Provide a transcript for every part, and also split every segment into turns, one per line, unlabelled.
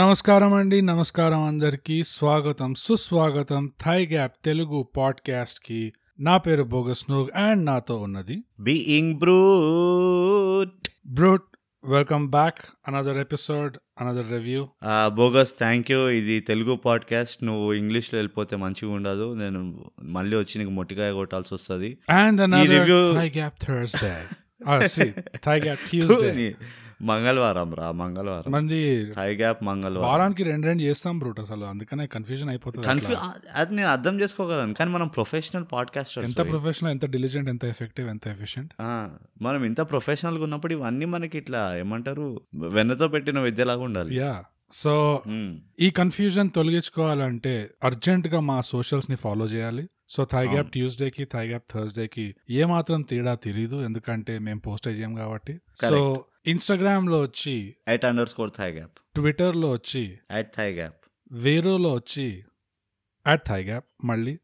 నమస్కారం అండి నమస్కారం అందరికీ స్వాగతం సుస్వాగతం థై గ్యాప్ తెలుగు పాడ్కాస్ట్ కి నా పేరు బోగస్ నూగ్ అండ్ నాతో ఉన్నది
being brute
brute welcome back another episode another review
bogus thank you ఇది తెలుగు పాడ్కాస్ట్ నువ్వు ఇంగ్లీష్లో వెళ్ళిపోతే మంచిగా ఉండదు నేను మళ్ళీ వచ్చి నీకు మొట్టికాయ కొట్టాల్సి వస్తుంది
and another
review-
thigh gap Thursday thigh gap Tuesday
నీ- మంగళవారం రా మంగళవారం
మంది
థై గ్యాప్ మంగళవారం
వారానికి రెండు రెండు చేస్తాం బ్రూట్ అసలు అందుకనే కన్ఫ్యూజన్ అయిపోతుంది
కన్ఫ్యూ
అట్లా.
అది నేను అర్థం చేసుకోగలను కానీ మనం ప్రొఫెషనల్
ఎంత
పాడ్కాస్టర్
ప్రొఫెషనల్ ఎంత డిలిజెంట్ ఎంత ఎఫెక్టివ్ ఎంత ఎఫిషియంట్
మనం ఇంత ప్రొఫెషనల్గా ఉన్నప్పుడు ఇవన్నీ మనకి ఇట్లా ఏమంటారు వెన్నతో పెట్టిన విద్యలాగా ఉండాలి Hmm.
Yeah so
hmm.
ఈ కన్ఫ్యూజన్ తొలగించుకోవాలంటే అర్జెంట్ గా మా సోషల్స్ ని ఫాలో చేయాలి సో థైగ్యాప్
అవును.
ట్యూస్డేకి థైగ్యాప్ థర్స్డేకి ఏ మాత్రం తేడా తెలియదు ఎందుకంటే మేము పోస్ట్ చేయం కాబట్టి సో ఇన్స్టాగ్రామ్ లో వచ్చి
at underscore thai gap
Twitter లో వచ్చి
ఎట్ థై గ్యాప్
వేరోలో వచ్చి అట్ థైగ్యాప్ మళ్ళీ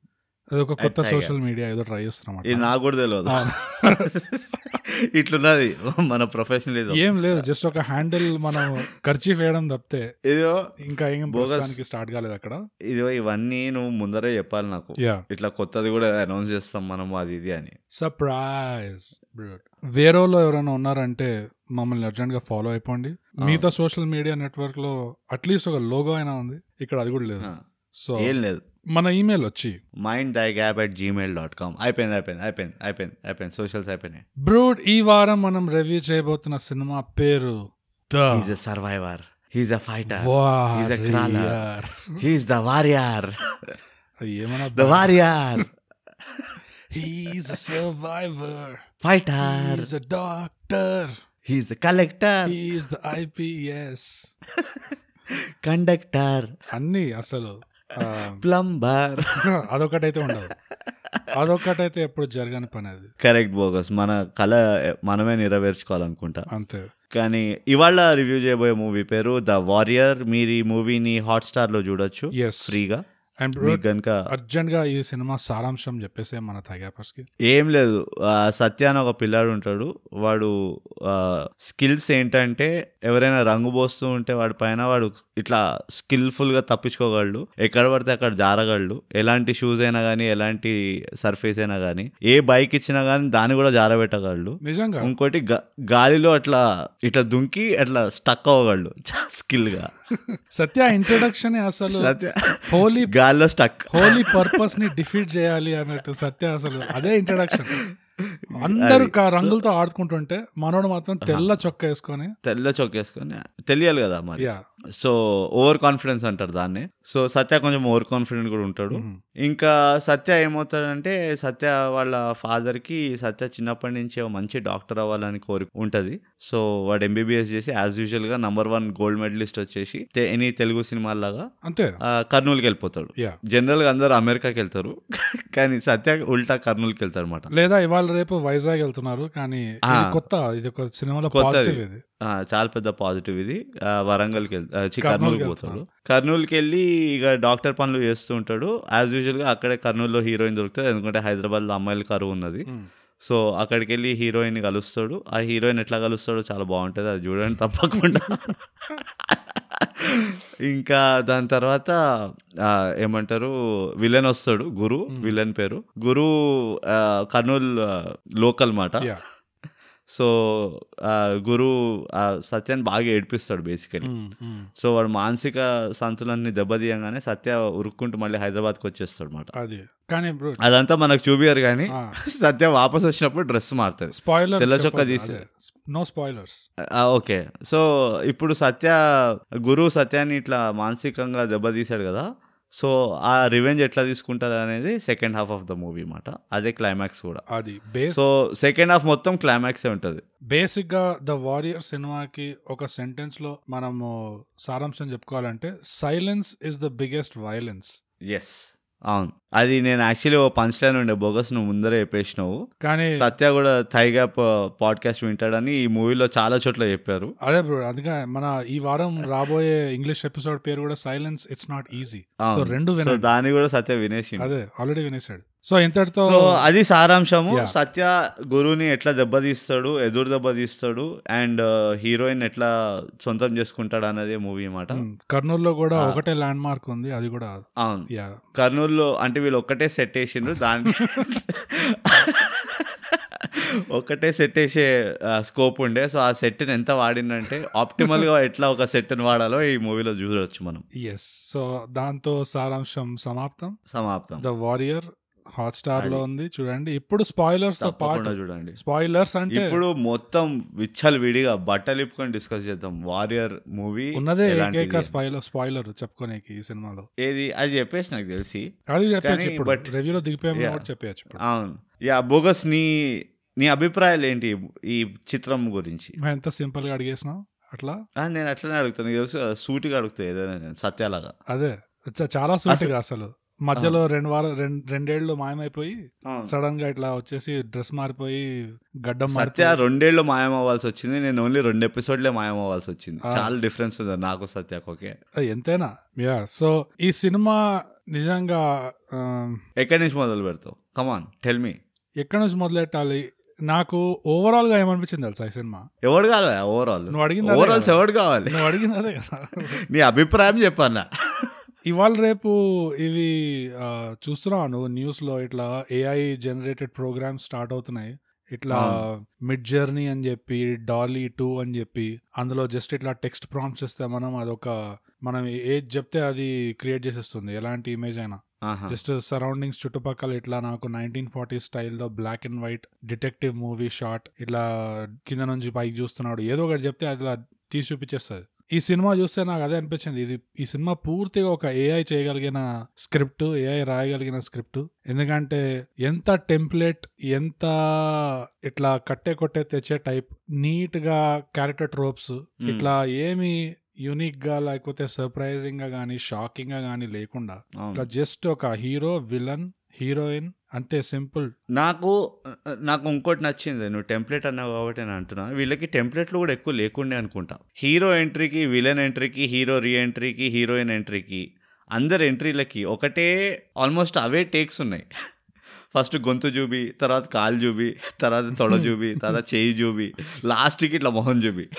అది ఒక కొత్త
@thaiGap.
సోషల్ మీడియా ఏదో ట్రై
ఇది
చేస్తున్నాం
నాకు కూడా తెలియదు ఇట్లున్నది మన ప్రొఫెషనలిజం
ఏం లేదు జస్ట్ ఒక హ్యాండిల్ మనం ఖర్చు వేయడం తప్పితే
ఇదో
ఇంకా ఏం
Bogus.
ప్రస్తుతానికి స్టార్ట్ కాలేదు అక్కడ
ఇదో ఇవన్నీ నువ్వు ముందరే చెప్పాలి నాకు
యా
ఇట్లా కొత్తది కూడా అనౌన్స్ చేస్తాం మనం అది ఇది అని
సర్ప్రైజ్ వేరేలో ఎవరైనా ఉన్నారంటే మమ్మల్ని అర్జెంట్ గా ఫాలో అయిపోండి
ఆ.
మిగతా సోషల్ మీడియా నెట్వర్క్ లో అట్లీస్ట్ ఒక లోగో అయినా ఉంది ఇక్కడ అది కూడా లేదు
ఆ,
సో
ఏం లేదు
మన ఇమెయిల్ వచ్చి
mind thy gap at Gmail dot com అయిపోయింది అయిపోయింది అయిపోయింది అయిపోయింది అయిపోయింది సోషల్స్ అయిపోయినాయి
బ్రూడ్ ఈ వారం మనం రివ్యూ చేయబోతున్న సినిమా పేరు the
he's a survivor he's a fighter He's a crawler.
Warrior
he's the warrior the
ఏమన్నా
warrior
he's survivor
fighter
he's doctor
he's the collector
he's the IPS
conductor
అన్ని అసలు ఆ,
ప్లంబర్
అదొకటైతే ఉండదు అదొకటైతే ఎప్పుడు జరగని పని అది
కరెక్ట్ బోగస్ మన కళ మనమే నెరవేర్చుకోవాలనుకుంటా
అంతే
కానీ ఇవాళ రివ్యూ చేయబోయే మూవీ పేరు ద వారియర్ మీరు ఈ మూవీని హాట్స్టార్ లో చూడొచ్చు
ఎస్
ఫ్రీగా
అండ్
మీకు గనుక
అర్జెంట్ గా ఈ సినిమా సారాంశం చెప్పేసే మన థైగాపర్స్ కి
ఏం లేదు ఆ, సత్య అని ఒక పిల్లాడు ఉంటాడు వాడు స్కిల్స్ ఏంటంటే ఎవరైనా రంగు పోస్తూ ఉంటే వాడి పైన వాడు ఇట్లా స్కిల్ఫుల్ గా తప్పించుకోగలడు ఎక్కడ పడితే అక్కడ జారగలడు ఎలాంటి షూస్ అయినా కానీ ఎలాంటి సర్ఫేస్ అయినా కానీ ఏ బైక్ ఇచ్చినా కానీ దాన్ని కూడా జారబెట్టగలడు
నిజంగా
ఇంకోటి గా- గాలిలో అట్లా ఇట్లా దుంకి అట్లా స్టక్ అవ్వగలడు స్కిల్ గా
సత్య ఇంట్రొడక్షన్ అసలు
సత్య
హోలీ
గాల్లో స్టక్
హోలీ పర్పస్ ని డిఫీట్ చేయాలి అన్నట్టు సత్య అసలు అదే ఇంట్రొడక్షన్ అందరు
అది.
కా- రంగులతో ఆడుకుంటుంటే మనోడు మాత్రం తెల్ల చొక్కా వేసుకొని
తెల్ల చొక్కేసుకొని తెలియాలి కదా మరి
యా
సో ఓవర్ కాన్ఫిడెన్స్ అంటారు దాన్ని సో సత్య కొంచెం ఓవర్ కాన్ఫిడెంట్ కూడా ఉంటాడు
Mm-hmm.
ఇంకా సత్య ఏమవుతాడంటే సత్య వాళ్ళ father కి సత్య చిన్నప్పటి నుంచి ఓ మంచి డాక్టర్ అవ్వాలని కోరిక ఉంటుంది సో వాడు ఎంబీబీఎస్ చేసి యాజ్ యూజువల్ గా నంబర్ వన్ గోల్డ్ మెడలిస్ట్ వచ్చేసి తె- ఎనీ తెలుగు సినిమాల్లాగా
అంతే
ఆ, కర్నూలుకి వెళ్ళిపోతాడు
యా
జనరల్ గా అందరూ అమెరికాకి వెళ్తారు కానీ సత్య ఉల్టా కర్నూలుకి వెళ్తారు అనమాట
లేదా ఇవాళ రేపు వైజాగ్ వెళ్తున్నారు కానీ ఇది
ఆ.
కొత్త ఇది ఒక సినిమాలో
కొత్తది.
పాజిటివ్ ఇది
ఆ, చాలా పెద్ద పాజిటివ్ ఇది ఆ, వరంగల్కి వెళ్తా
కర్నూలుకి
కర్నూలుకి పోతాడు కర్నూలుకి వెళ్ళి ఇక డాక్టర్ పనులు చేస్తూ ఉంటాడు యాజ్ యూజువల్గా అక్కడే కర్నూలులో హీరోయిన్ దొరుకుతుంది ఎందుకంటే హైదరాబాద్లో అమ్మాయిలు కరువు ఉన్నది
మ్మ్.
సో అక్కడికి వెళ్ళి హీరోయిన్ కలుస్తాడు ఆ హీరోయిన్ ఎట్లా కలుస్తాడో చాలా బాగుంటుంది అది చూడండి తప్పకుండా ఇంకా దాని తర్వాత ఆ, ఏమంటారు విలన్ వస్తాడు గురు
Hmm.
విలన్ పేరు గురు ఆ, కర్నూలు ఆ, లోకల్ మాట
యా
సో ఆ, గురు ఆ, సత్యాన్ని బాగా ఏడిపిస్తాడు బేసికలీ
మ్మ్, మ్మ్.
సో వాడు మానసిక సంతులన్ని దెబ్బతీయంగానే సత్య ఉరుక్కుంటూ మళ్ళీ హైదరాబాద్కి వచ్చేస్తాడు అనమాట
అది కానీ బ్రో
అదంతా మనకు చూపియారు కానీ
ఆ,
సత్య వాపస్ వచ్చినప్పుడు డ్రెస్ మారుతుంది
స్పాయిలర్స్
తెల్ల చొక్కా
చెప్పొద్దు,
తీసే.
అదే. నో స్పాయిలర్స్
ఆ, ఓకే సో ఇప్పుడు సత్య గురు సత్యాన్ని ఇట్లా మానసికంగా దెబ్బతీశాడు కదా సో ఆ రివెంజ్ ఎట్లా తీసుకుంటారు అనేది second half of the movie అన్నమాట అదే క్లైమాక్స్ కూడా
అది బేస్
సో సెకండ్ హాఫ్ మొత్తం క్లైమాక్సే ఉంటుంది
బేసిక్ గా ద వారియర్ సినిమాకి ఒక సెంటెన్స్ లో మనము సారాంశం చెప్పుకోవాలంటే silence is the biggest violence
yes అవును అది నేను యాక్చువల్లీ ఓ పంచ్ లైన్ ఉండే బోగస్ నువ్వు ముందరే చెప్పేసినావు
కానీ
సత్య కూడా థైగా పాడ్కాస్ట్ వింటాడని ఈ మూవీలో చాలా చోట్ల చెప్పారు
అదే బ్రో అందుకే మన ఈ వారం రాబోయే ఇంగ్లీష్ ఎపిసోడ్ పేరు కూడా సైలెన్స్ ఇట్స్ నాట్ ఈజీ
అవును.
సో రెండు
సో
వినండి
దాన్ని కూడా సత్య వినేసి
అదే ఆల్రెడీ వినేసాడు సో ఇంతటితో
సో అది సారాంశము
Yeah.
సత్య గురువుని ఎట్లా దెబ్బతీస్తాడు ఎదురు దెబ్బతీస్తాడు అండ్ uh, హీరోయిన్ ఎట్లా సొంతం చేసుకుంటాడు అన్నదే మూవీ మాట
ఉమ్, కర్నూలులో కూడా
ఆ.
ఒకటే ల్యాండ్ మార్క్ ఉంది అది కూడా
అవును
యా
కర్నూలులో అంటే వీళ్ళు ఒక్కటే సెట్ వేసిండ్రు దాని ఒక్కటే సెట్ వేసే స్కోప్ ఉండే సో ఆ సెట్ని ఎంత వాడిందంటే ఆప్టిమల్గా ఎట్లా ఒక సెట్ని వాడాలో ఈ మూవీలో చూడవచ్చు మనం
ఎస్ సో దాంతో సారాంశం సమాప్తం
సమాప్తం
ద వారియర్ హాట్ స్టార్ లో
అది.
ఉంది చూడండి ఇప్పుడు స్పాయిలర్స్ తో
తప్పకుండా
పాటు
చూడండి
స్పాయిలర్స్ అంటే
ఇప్పుడు మొత్తం విచ్చలు విడిగా బట్టలు ఇప్పుకొని డిస్కస్ చేద్దాం వారియర్ మూవీ
ఉన్నదే ఏకైక స్పాయిలర్ స్పాయిలర్ చెప్పుకోనేకి ఈ సినిమాలో
ఏది అది చెప్పేసి నాకు తెలిసి
అది చెప్పచ్చు
కానీ
ఇప్పుడు
but-
రివ్యూలో దిగిపోయాము
Yeah.
కూడా చెప్పచ్చు ఇప్పుడు
అవును యా బోగస్ నీ నీ అభిప్రాయాలు ఏంటి ఈ చిత్రం గురించి
మేము ఎంత సింపుల్ గా అడిగేసినాం అట్లా
ఆ, నేను అట్లనే అడుగుతాను నీకు తెలుసు కదా, సూటిగా అడుగుతా ఏదైనా నేను సత్యాలాగా
అదే చ- చాలా సూటిగా అసలు మధ్యలో రెండు వారాలు రెండు రెండేళ్లు మాయమైపోయి సడన్ గా ఇట్లా వచ్చేసి డ్రెస్ మారిపోయి గడ్డం
సత్య
మారిపోయి
రెండేళ్లు మాయం అవ్వాల్సి వచ్చింది నేను ఓన్లీ రెండు ఎపిసోడ్లే మాయం అవ్వాల్సి వచ్చింది
ఆ.
చాలా డిఫరెన్స్ ఉంది నాకు సత్యకు ఓకే
ఆ, ఎంతైనా యా సో ఈ సినిమా నిజంగా ఆ,
ఎక్కడి నుంచి మొదలు పెడతావు కమాన్ టెల్ మీ
ఎక్కడి నుంచి మొదలెట్టాలి నాకు ఓవరాల్ గా ఏమనిపించింది తెలుసా ఈ సినిమా
ఎవడు కావాలి ఓవరాల్
నువ్వు అడిగింది అదే
ఓవరాల్స్
కదా.
ఎవడు కావాలి
నువ్వు అడిగింది అదే కదా
నీ అభిప్రాయం చెప్పన్నా
ఇవాళ రేపు ఇవి ఆ, చూస్తున్నావా నువ్వు న్యూస్ లో ఇట్లా ఏఐ జనరేటెడ్ ప్రోగ్రామ్స్ స్టార్ట్ అవుతున్నాయి ఇట్లా
అవును.
మిడ్ జర్నీ అని చెప్పి డాలీ టూ అని చెప్పి అందులో జస్ట్ ఇట్లా టెక్స్ట్ ప్రాంప్ట్స్ ఇస్తే మనం అదొక మనం ఏది చెప్తే అది క్రియేట్ చేసేస్తుంది ఎలాంటి ఇమేజ్ అయినా
ఆహా.
జస్ట్ సరౌండింగ్స్ చుట్టుపక్కల ఇట్లా నాకు నైన్టీన్ ఫార్టీ స్టైల్లో black and white detective movie shot ఇట్లా కింద నుంచి పైకి చూస్తున్నాడు ఏదో ఒకటి చెప్తే అది ఇలా తీసి చూపించేస్తుంది ఈ సినిమా చూస్తే నాకు అదే అనిపించింది ఇది ఈ సినిమా పూర్తిగా ఒక ఏఐ చేయగలిగిన స్క్రిప్ట్ ఏఐ రాయగలిగిన స్క్రిప్ట్ ఎందుకంటే ఎంత టెంప్లెట్ ఎంత ఇట్లా కట్టే కొట్టే తెచ్చే టైప్ నీట్ గా క్యారెక్టర్ ట్రోప్స్ ఇట్లా ఏమి యూనిక్ గా లేకపోతే సర్ప్రైజింగ్ గా కానీ షాకింగ్ గా కానీ లేకుండా
అవును.
ఇట్లా జస్ట్ ఒక హీరో విలన్ హీరోయిన్ అంతే సింపుల్
నాకు నాకు ఇంకోటి నచ్చింది నువ్వు టెంప్లెట్ అన్నావు కాబట్టి నేను అంటున్నా వీళ్ళకి టెంప్లెట్లు కూడా ఎక్కువ లేకుండే అనుకుంటా హీరో ఎంట్రీకి విలన్ ఎంట్రీకి హీరో రీ ఎంట్రీకి హీరోయిన్ ఎంట్రీకి అందరి ఎంట్రీలకి ఒకటే ఆల్మోస్ట్ అవే టేక్స్ ఉన్నాయి ఫస్ట్ గొంతు చూపి తర్వాత కాలు చూపి తర్వాత తొడ
Hmm.
చూపి తర్వాత చేయి చూపి లాస్ట్కి ఇట్లా మొహం చూపి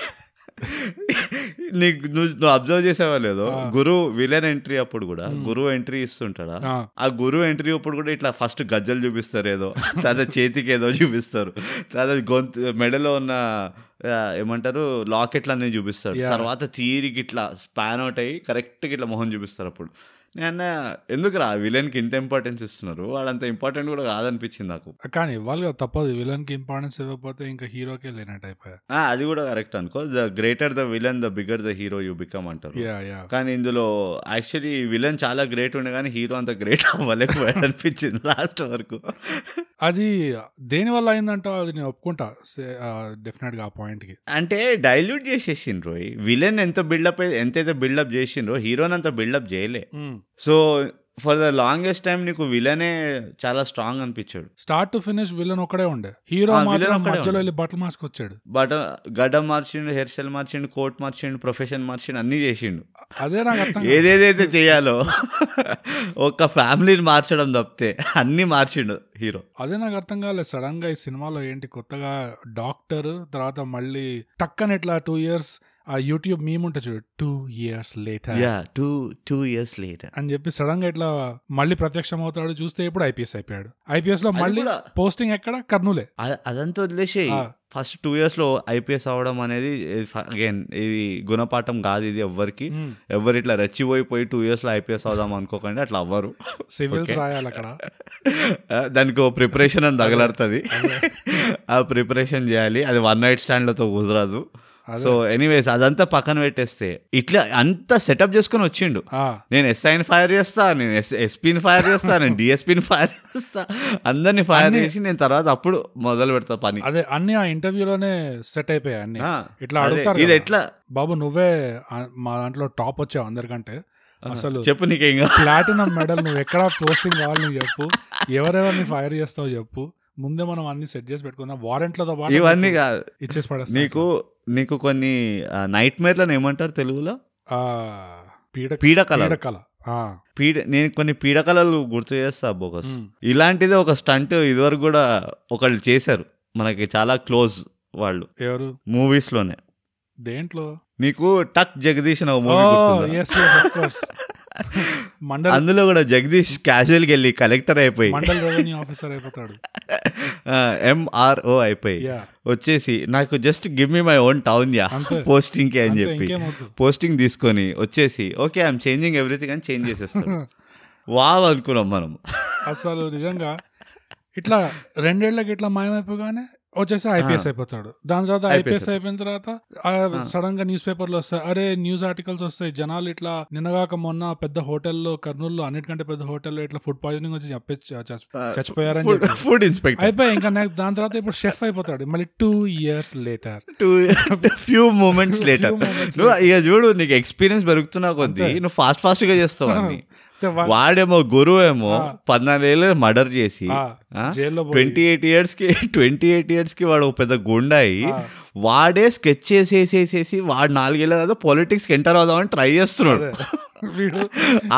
నీకు నువ్వు నువ్వు అబ్జర్వ్ చేసేవా లేదో
ఆ.
గురు విలన్ ఎంట్రీ అప్పుడు కూడా
Hmm.
గురువు ఎంట్రీ ఇస్తుంటాడా
ఆ,
ఆ గురువు ఎంట్రీ అప్పుడు కూడా ఇట్లా ఫస్ట్ గజ్జలు చూపిస్తారు ఏదో తర్వాత చేతికి ఏదో చూపిస్తారు తర్వాత గొంతు మెడలో ఉన్న ఆ, ఏమంటారు లాకెట్లు అన్నీ చూపిస్తారు
Yeah.
తర్వాత తీరికి ఇట్లా స్పాన్ అవుట్ అయ్యి కరెక్ట్గా ఇట్లా మొహం చూపిస్తారు అప్పుడు నేను ఎందుకురా విలన్కి ఇంత ఇంపార్టెన్స్ ఇస్తున్నారు వాడంత ఇంపార్టెంట్ కూడా కాదనిపించింది నాకు
కానీ ఇవ్వాలి కదా తప్పదు విలన్ కి ఇంపార్టెన్స్ ఇవ్వకపోతే ఇంకా హీరోకే లేనట్టు అయిపోయా
ఆ, అది కూడా కరెక్ట్ అనుకో the greater the villain the bigger the hero you become అంటారు
యా యా
కానీ ఇందులో యాక్చువల్లీ విలన్ చాలా గ్రేట్ ఉండే కానీ హీరో అంత గ్రేట్ అవ్వలేకపోయాడు అనిపించింది లాస్ట్ వరకు
అది దేని వల్ల అయిందంటే అది నేను ఒప్పుకుంటా డెఫినెట్ గా ఆ పాయింట్ కి
అంటే డైల్యూట్ చేసేసిండ్రు ఈ విలన్ ఎంత బిల్డప్ ఎంతైతే బిల్డప్ చేసిండ్రో హీరోని అంత బిల్డప్ చేయలే so for the longest time నీకు విలనే చాలా స్ట్రాంగ్ అనిపించాడు
స్టార్ట్ టు ఫినిష్ విలన్ ఒకడే ఉండే హీరో
ఆ, villain
మాత్రం
ఒక్కడే
మధ్యలో
ఉండే.
వెళ్ళి బట్టలు మార్చుకొచ్చాడు
బట్ గడ్డం మార్చిండు హెయిర్ స్టైల్ మార్చిండు కోట్ మార్చిండు ప్రొఫెషన్ మార్చిండు అన్నీ చేసిండు
అదే నాకు అర్థం కాదు.
ఏదేదైతే చేయాలో ఒక ఫ్యామిలీని మార్చడం తప్పితే అన్నీ మార్చిండు హీరో
అదే నాకు అర్థం కాలేదు సడన్ గా ఈ సినిమాలో ఏంటి కొత్తగా డాక్టర్ తర్వాత మళ్ళీ టక్కన ఇట్లా టూ ఇయర్స్ ఆ యూట్యూబ్ మేము ఉంటుంది చూడు two years later
yeah two two years later
అని చెప్పి సడన్ గా ఇట్లా మళ్ళీ ప్రత్యక్షం అవుతాడు చూస్తే ఇప్పుడు ఐపీఎస్ అయిపోయాడు ఐపీఎస్ లో మళ్ళీ పోస్టింగ్ ఎక్కడ కర్నూలే
అదంతా వదిలేసి
ఆ,
ఫస్ట్ టూ ఇయర్స్లో ఐపీఎస్ అవ్వడం అనేది అగైన్ ఇది గుణపాఠం కాదు ఇది ఎవ్వరికి
ఉమ్,
ఎవరు ఇట్లా రెచ్చిపోయిపోయి టూ ఇయర్స్లో ఐపీఎస్ అవుదాం అనుకోకండి అట్లా అవ్వరు
సివిల్స్
Okay.
రాయాలి అక్కడ
ఆ, దానికి ఓ ప్రిపరేషన్ అని తగలాడుతుంది
అదే.
ఆ ప్రిపరేషన్ చేయాలి అది వన్ నైట్ స్టాండ్లతో కుదరదు
అదే.
సో ఎనీవేస్ అదంతా పక్కన పెట్టేస్తే ఇట్లా అంతా సెటప్ చేసుకొని వచ్చిండు
ఆ,
నేను ఎస్ఐని ఫైర్ చేస్తా నేను ఎస్ ఎస్పీని ఫైర్ చేస్తా నేను డిఎస్పీని ఫైర్ చేస్తా అందరిని ఫైర్
అన్ని-
చేసి నేను తర్వాత అప్పుడు మొదలు పెడతా పని
అదే అన్ని ఆ ఇంటర్వ్యూలోనే సెట్ అయిపోయాయి అన్ని
ఆ,
ఇట్లా
అదే.
అడుగుతారు
ఇది
కదా.
ఎట్లా
బాబు నువ్వే ఆ- మా దాంట్లో టాప్ వచ్చావు అందరికంటే అసలు
చెప్పు నీకేం కావాలి?
ప్లాటినం మెడల్ నువ్వు ఎక్కడ పోస్టింగ్ కావాలి నువ్వు చెప్పు ఎవరెవరిని ఫైర్ చేస్తావు చెప్పు ముందే మనం అన్ని సెట్ చేసి పెట్టుకుందాం వారెంట్లతో పాటు
ఇవన్నీ కాదు
ఇచ్చేసి పడేస్తాం
నీకు నీకు కొన్ని నైట్ మేర్లను ఏమంటారు తెలుగులో
ఆ, పీడ
పీడకల
పీడకల ఆ,
పీడ నేను కొన్ని పీడకలలు గుర్తు చేస్తా బోగస్
మ్,
ఇలాంటిదే ఒక స్టంట్ ఇదివరకు కూడా ఒకళ్ళు చేశారు మనకి చాలా క్లోజ్ వాళ్ళు
ఎవరు
మూవీస్ లోనే
దేంట్లో
నీకు టక్ జగదీష్ అని ఒక
ఓ
మూవీ గుర్తుందా
ఎస్ ఎస్ కోర్స్ మండల్
అందులో కూడా జగదీష్ క్యాజువల్ గా వెళ్ళి కలెక్టర్ అయిపోయి
మండల్ రెవెన్యూ ఆఫీసర్ అయిపోతాడు
ఎంఆర్ఓ అయిపోయి
యా
వచ్చేసి నాకు just give me my own town yeah
అంతే
పోస్టింగ్ కి అని
అంతే
చెప్పి
ఇంకేమవుతుంది
పోస్టింగ్ తీసుకొని వచ్చేసి ఓకే ఐఎమ్ చేంజింగ్ ఎవ్రీథింగ్ అని చేంజ్ చేసేస్తాడు వావ్ అనుకున్నాం మనం
అసలు నిజంగా ఇట్లా రెండేళ్లకి ఇట్లా మాయమైపోగానే వచ్చేసి ఐపీఎస్ అయిపోతాడు దాని తర్వాత
IPS.
ఐపీఎస్ అయిపోయిన తర్వాత సడన్ గా న్యూస్ పేపర్లు వస్తాయి అరే న్యూస్ ఆర్టికల్స్ వస్తాయి జనాలు ఇట్లా నిన్నగాక మొన్న పెద్ద హోటల్లో కర్నూలులో అన్నిటికంటే పెద్ద హోటల్లో ఇట్లా ఫుడ్ పాయిజనింగ్ వచ్చి చెప్పి చ- చ-
Uh,
చచ్చిపోయారని
ఫుడ్
చెప్పి
ఫుడ్ ఇన్స్పెక్టర్
అయిపోయి ఇంకా నాకు దాని తర్వాత ఇప్పుడు షెఫ్ అయిపోతాడు మళ్ళీ two years later
to few moments later నువ్వు ఇక చూడు నీకు ఎక్స్పీరియన్స్ పెరుగుతున్నా కొద్దీ
అంతే.
నువ్వు ఫాస్ట్ ఫాస్ట్ గా చేస్తావు అన్ని వాడేమో గురువు ఏమో
ఆ.
పద్నాలుగేళ్ళు మర్డర్ చేసి
జైల్లో పోయి,
ట్వంటీ ఎయిట్ ఇయర్స్ కి ట్వంటీ ఎయిట్ ఇయర్స్ కి వాడు ఒక పెద్ద గుండా అయ్యి
ఆ,
వాడే స్కెచ్ చేసేసేసేసి వాడు నాలుగేళ్ళ కదా పొలిటిక్స్ ఎంటర్ అవుదామని ట్రై చేస్తున్నాడు
అదే. వీడు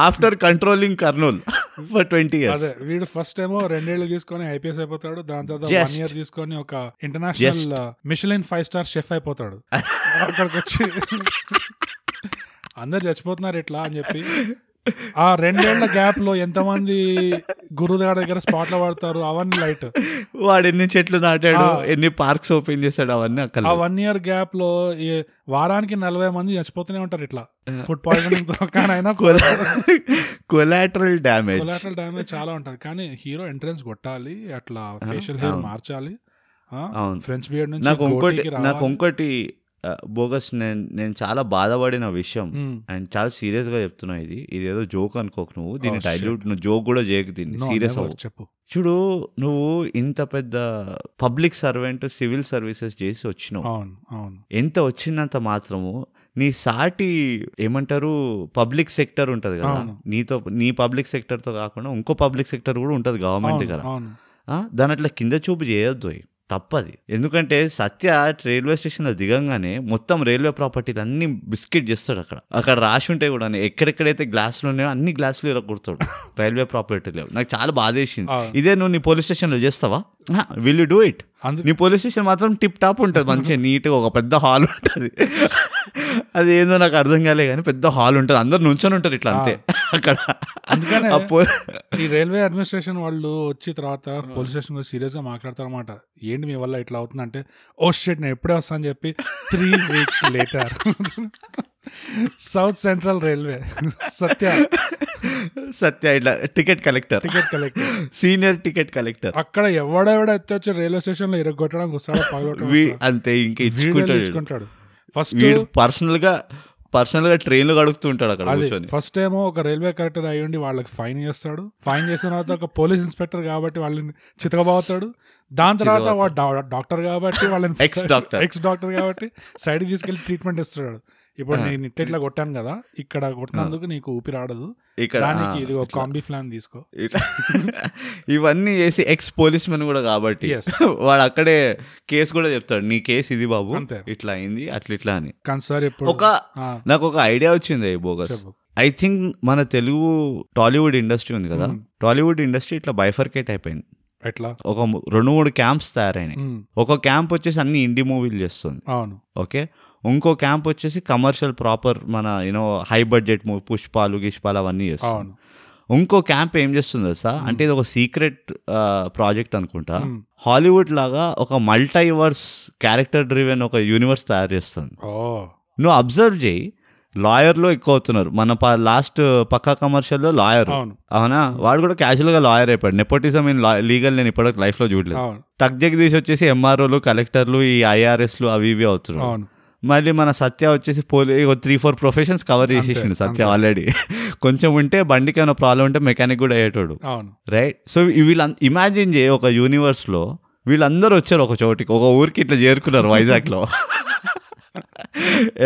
after controlling Kurnool for twenty years
అదే వీడు ఫస్ట్ ఏమో రెండేళ్లు తీసుకొని ఐపీఎస్ అయిపోతాడు దాని తర్వాత వన్
Just.
ఇయర్ తీసుకొని ఒక international Michelin five star chef అయిపోతాడు అక్కడికి వచ్చి అందరు చచ్చిపోతున్నారు ఇట్లా అని చెప్పి ఆ రెండేళ్ల గ్యాప్ లో ఎంతమంది గురుదాడ దగ్గర స్పాట్లు పడతారు అవన్నీ లైట్
వాడు ఎన్ని చెట్లు నాటాడు
ఆ.
ఎన్ని పార్క్స్ ఓపెన్ చేశాడు అవన్నీ
ఆ
అక్కడ
వన్ ఇయర్ గ్యాప్ లో ఈ వారానికి నలభై మంది చచ్చిపోతూనే ఉంటారు ఇట్లా
Ah.
ఫుడ్ పాయిజనింగ్ తో కానీ అయినా
కొలాటరల్ డ్యామేజ్
కొలాటరల్ డ్యామేజ్ చాలా ఉంటది కానీ హీరో ఎంట్రెన్స్ కొట్టాలి అట్లా ఫేషియల్ హెయిర్
అవును.
మార్చాలి ఆ,
అవును
ఫ్రెంచ్ బియర్డ్ నుంచి
నాకు ఇంకోటి
గోటికి
నాకు
రావాలి.
ఇంకోటి బోగస్ నేను నేను చాలా బాధపడిన విషయం
మ్మ్.
అండ్ చాలా సీరియస్ గా చెప్తున్నా ఇది ఇది ఏదో జోక్ అనుకోకు నువ్వు దీన్ని
Oh, shit.
డైల్యూట్ నువ్వు జోక్ కూడా చేయకు దీన్ని
No,
సీరియస్
never
అవ్వు
చెప్పు
చూడు నువ్వు ఇంత పెద్ద పబ్లిక్ సర్వెంట్ సివిల్ సర్వీసెస్ చేసి వచ్చినావు
అవును అవును
ఎంత వచ్చినంత మాత్రము నీ సాటి ఏమంటారు పబ్లిక్ సెక్టర్ ఉంటది కదా
అవును.
నీతో నీ పబ్లిక్ సెక్టర్ తో కాకుండా ఇంకో పబ్లిక్ సెక్టర్ కూడా ఉంటది గవర్నమెంట్
అవును,
కదా
అవును
ఆ, దాని అట్లా కింద చూపు చేయొద్దు అయి. తప్పది ఎందుకంటే సత్య రైల్వే స్టేషన్లో దిగంగానే మొత్తం రైల్వే ప్రాపర్టీలు అన్ని బిస్కెట్ చేస్తాడు అక్కడ అక్కడ రాసి ఉంటే కూడా ఎక్కడెక్కడైతే గ్లాసులు ఉన్నాయో అన్ని గ్లాసులు ఇలా కుడతాడు రైల్వే ప్రాపర్టీ లేవు నాకు చాలా బాధేసింది
ఆ.
ఇదే నువ్వు నీ పోలీస్ స్టేషన్లో చేస్తావా విల్ యూ డూ ఇట్
అందు-
నీ పోలీస్ స్టేషన్ మాత్రం టిప్ టాప్ ఉంటుంది మంచిగా నీట్గా ఒక పెద్ద హాల్ ఉంటుంది అది ఏందో నాకు అర్థం కాలే కానీ పెద్ద హాల్ ఉంటుంది అందరు నుంచొని ఉంటారు ఇట్లా అంతే అక్కడ
అందుకనే
ఆ పో-
ఈ రైల్వే అడ్మినిస్ట్రేషన్ వాళ్ళు వచ్చి తర్వాత పోలీస్ స్టేషన్ గురించి సీరియస్ గా మాట్లాడతారన్నమాట ఏంటి మీ వల్ల ఇట్లా అవుతుందంటే ఓ షెట్ నేను ఎప్పుడే వస్తా అని చెప్పి three weeks later south central railway సత్య
సత్య ఇట్లా ticket collector
ticket collector
senior ticket collector
అక్కడ ఎవడెవడ వచ్చి రైల్వే స్టేషన్ లో ఇరగొట్టడానికి వస్తాడో
వీ
పగలొట్టడానికి
అంతే ఇంక
వీడు
ఇచ్చుకుంటాడు
ఇచ్చుకుంటాడు ఫస్ట్
వీడు పర్సనల్ గా పర్సనల్ గా ట్రైన్లు కడుగుతూ ఉంటాడు అక్కడ
అది
కూర్చొని
ఫస్ట్ ఏమో ఒక రైల్వే కలెక్టర్ అయ్యి ఉండి వాళ్ళకి ఫైన్ చేస్తాడు ఫైన్ చేసిన తర్వాత ఒక పోలీస్ ఇన్స్పెక్టర్ కాబట్టి వాళ్ళని చితకబావుతాడు దాని తర్వాత వాడు డా- డాక్టర్ కాబట్టి వాళ్ళని
Ex doctor.
ఎక్స్ డాక్టర్ కాబట్టి సైడ్ తీసుకెళ్లి ట్రీట్మెంట్ ఇస్తున్నాడు ఇప్పుడు
ఆ.
నేను ఇట్లా ఇట్లా కొట్టాను కదా ఇక్కడ కొట్టినందుకు నీకు ఊపిరి ఆడదు
ఇక్కడ ఆ,
దానికి ఇది ఒక
ఇట్లా-
కాంబీ ఫ్లాన్ తీసుకో
ఇట్లా. ఇవన్నీ చేసి ఎక్స్ పోలీస్ మెన్ కూడా కాబట్టి
Yes.
వాడు అక్కడే కేసు కూడా చెప్తాడు నీ కేసు ఇది బాబు
అంతే.
ఇట్లా అయింది అట్లా ఇట్లా అని
కానీ సార్ ఇప్పుడు
ఒక
ఆ,
నాకు ఒక ఐడియా వచ్చింది బోగస్
చెప్పు
ఐ థింక్ మన తెలుగు టాలీవుడ్ ఇండస్ట్రీ ఉంది కదా
Hmm.
టాలీవుడ్ ఇండస్ట్రీ ఇట్లా బైఫర్కేట్ అయిపోయింది
ఎట్లా
ఒక ము- రెండు మూడు క్యాంప్స్ తయారైనాయి
ఉమ్,
ఒక క్యాంప్ వచ్చేసి అన్ని ఇండి మూవీలు చేస్తుంది
అవును
ఓకే ఇంకో క్యాంప్ వచ్చేసి కమర్షియల్ ప్రాపర్ మన యూనో హై బడ్జెట్ మూవీ పుష్పాలు గిష్పాలు అవన్నీ చేస్తుంది
అవును
ఇంకో క్యాంప్ ఏం చేస్తుంది తెలుసా అంటే ఇది ఒక సీక్రెట్ ప్రాజెక్ట్ అనుకుంటా
ఉమ్,
హాలీవుడ్ లాగా ఒక మల్టైవర్స్ క్యారెక్టర్ డ్రివెన్ ఒక యూనివర్స్ తయారు చేస్తుంది
ఓ
నువ్వు అబ్జర్వ్ చేయి లాయర్లో ఎక్కువ అవుతున్నారు మన ప- లాస్ట్ పక్కా కమర్షియల్లో లాయర్
అవును
అవునా వాడు కూడా క్యాజువల్గా లాయర్ అయిపోయాడు నెపోటిజం ఇన్ లీగల్ నేను ఇప్పటివరకు లైఫ్లో చూడలేదు
అవును
టక్ జగదీష్ వచ్చేసి ఎంఆర్ఓలు కలెక్టర్లు ఈ ఐఆర్ఎస్లు అవి ఇవి అవుతున్నారు
అవును
మళ్ళీ మన సత్య వచ్చేసి పోలీ త్రీ ఫోర్ ప్రొఫెషన్స్ కవర్
అంతే,
చేసేసిండు
అంతే.
సత్య ఆల్రెడీ కొంచెం ఉంటే బండికి ఏమైనా ప్రాబ్లం ఉంటే మెకానిక్ కూడా అయ్యేటోడు
అవును
రైట్ సో వీళ్ళ ఇమాజిన్ చేయి ఒక యూనివర్స్లో వీళ్ళందరూ వచ్చారు ఒక చోటికి ఒక ఊరికి ఇట్లా చేరుకున్నారు వైజాగ్లో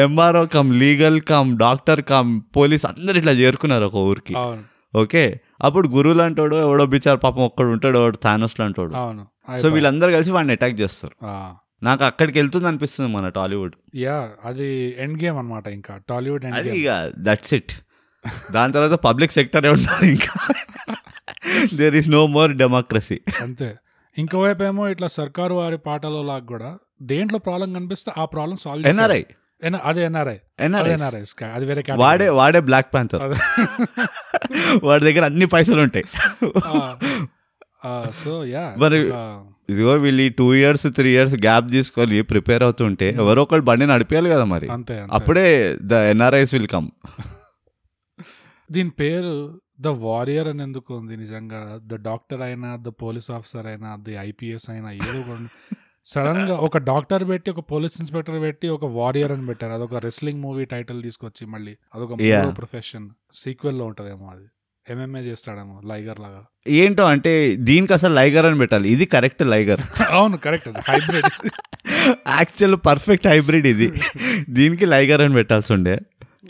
MRO cum legal cum doctor cum police అందరు ఇట్లా చేరుకున్నారు ఒక ఊరికి
అవును
ఓకే అప్పుడు గురువు లాంటోడు ఎవడో బిచారు పాపం ఒక్కడు ఉంటాడు ఎవడు థానోస్ లాంటోడు
అవును
సో వీళ్ళందరూ కలిసి వాడిని అటాక్ చేస్తారు
ఆ.
నాకు అక్కడికి వెళ్తుంది అనిపిస్తుంది మన టాలీవుడ్
యా అది ఎండ్ గేమ్ అన్నమాట ఇంకా టాలీవుడ్ ఎండ్
అది
గేమ్
ఇక దట్స్ ఇట్ దాని తర్వాత పబ్లిక్ సెక్టరే ఉండాలి ఇంకా there is no more democracy
అంతే ఇంకోవైపు ఏమో ఇట్లా సర్కారు వారి పాటలో లాగా కూడా దేంట్లో ప్రాబ్లం కనిపిస్తే ఆ ప్రాబ్లం సాల్వ్
ఎన్ఆర్ఐ
అదే ఎన్ఆర్ఐ అదే
ఎన్ఆర్ఐ
ఎన్ఆర్ఐ అది వేరే category.
వాడే వాడే బ్లాక్ ప్యాంథర్
అదే.
వాడి దగ్గర అన్ని పైసలు ఉంటాయి
ఆ, ఆ, సో యా
మరి-
ఆ,
ఇదిగో వీళ్ళు two years three years gap తీసుకొని ప్రిపేర్ అవుతుంటే ఎవరో ఒకళ్ళు బండి నడిపేయాలి కదా మరి
Hmm. అంతే అంతే.
అప్పుడే ద ఎన్ఆర్ఐస్ విల్ కమ్
దీని పేరు ద వారియర్ అని ఎందుకు ఉంది నిజంగా ద డాక్టర్ అయినా ద పోలీస్ ఆఫీసర్ అయినా ది ఐపీఎస్ అయినా ఏదో సడన్ గా ఒక డాక్టర్ పెట్టి ఒక పోలీస్ ఇన్స్పెక్టర్ పెట్టి ఒక వారియర్ అని పెట్టారు అదొక రెస్లింగ్ మూవీ టైటిల్ తీసుకొచ్చి మళ్ళీ అదొక
Yeah.
ప్రొఫెషన్ సీక్వెల్ లో ఉంటదేమో అది ఎంఎంఏ చేస్తాడేమో లైగర్ లాగా
ఏంటో అంటే దీనికి అసలు లైగర్ అని పెట్టాలి ఇది కరెక్ట్ లైగర్
అవును కరెక్ట్ అది హైబ్రిడ్
యాక్చువల్ పర్ఫెక్ట్ హైబ్రిడ్ ఇది దీనికి లైగర్ అని పెట్టాల్సి ఉండే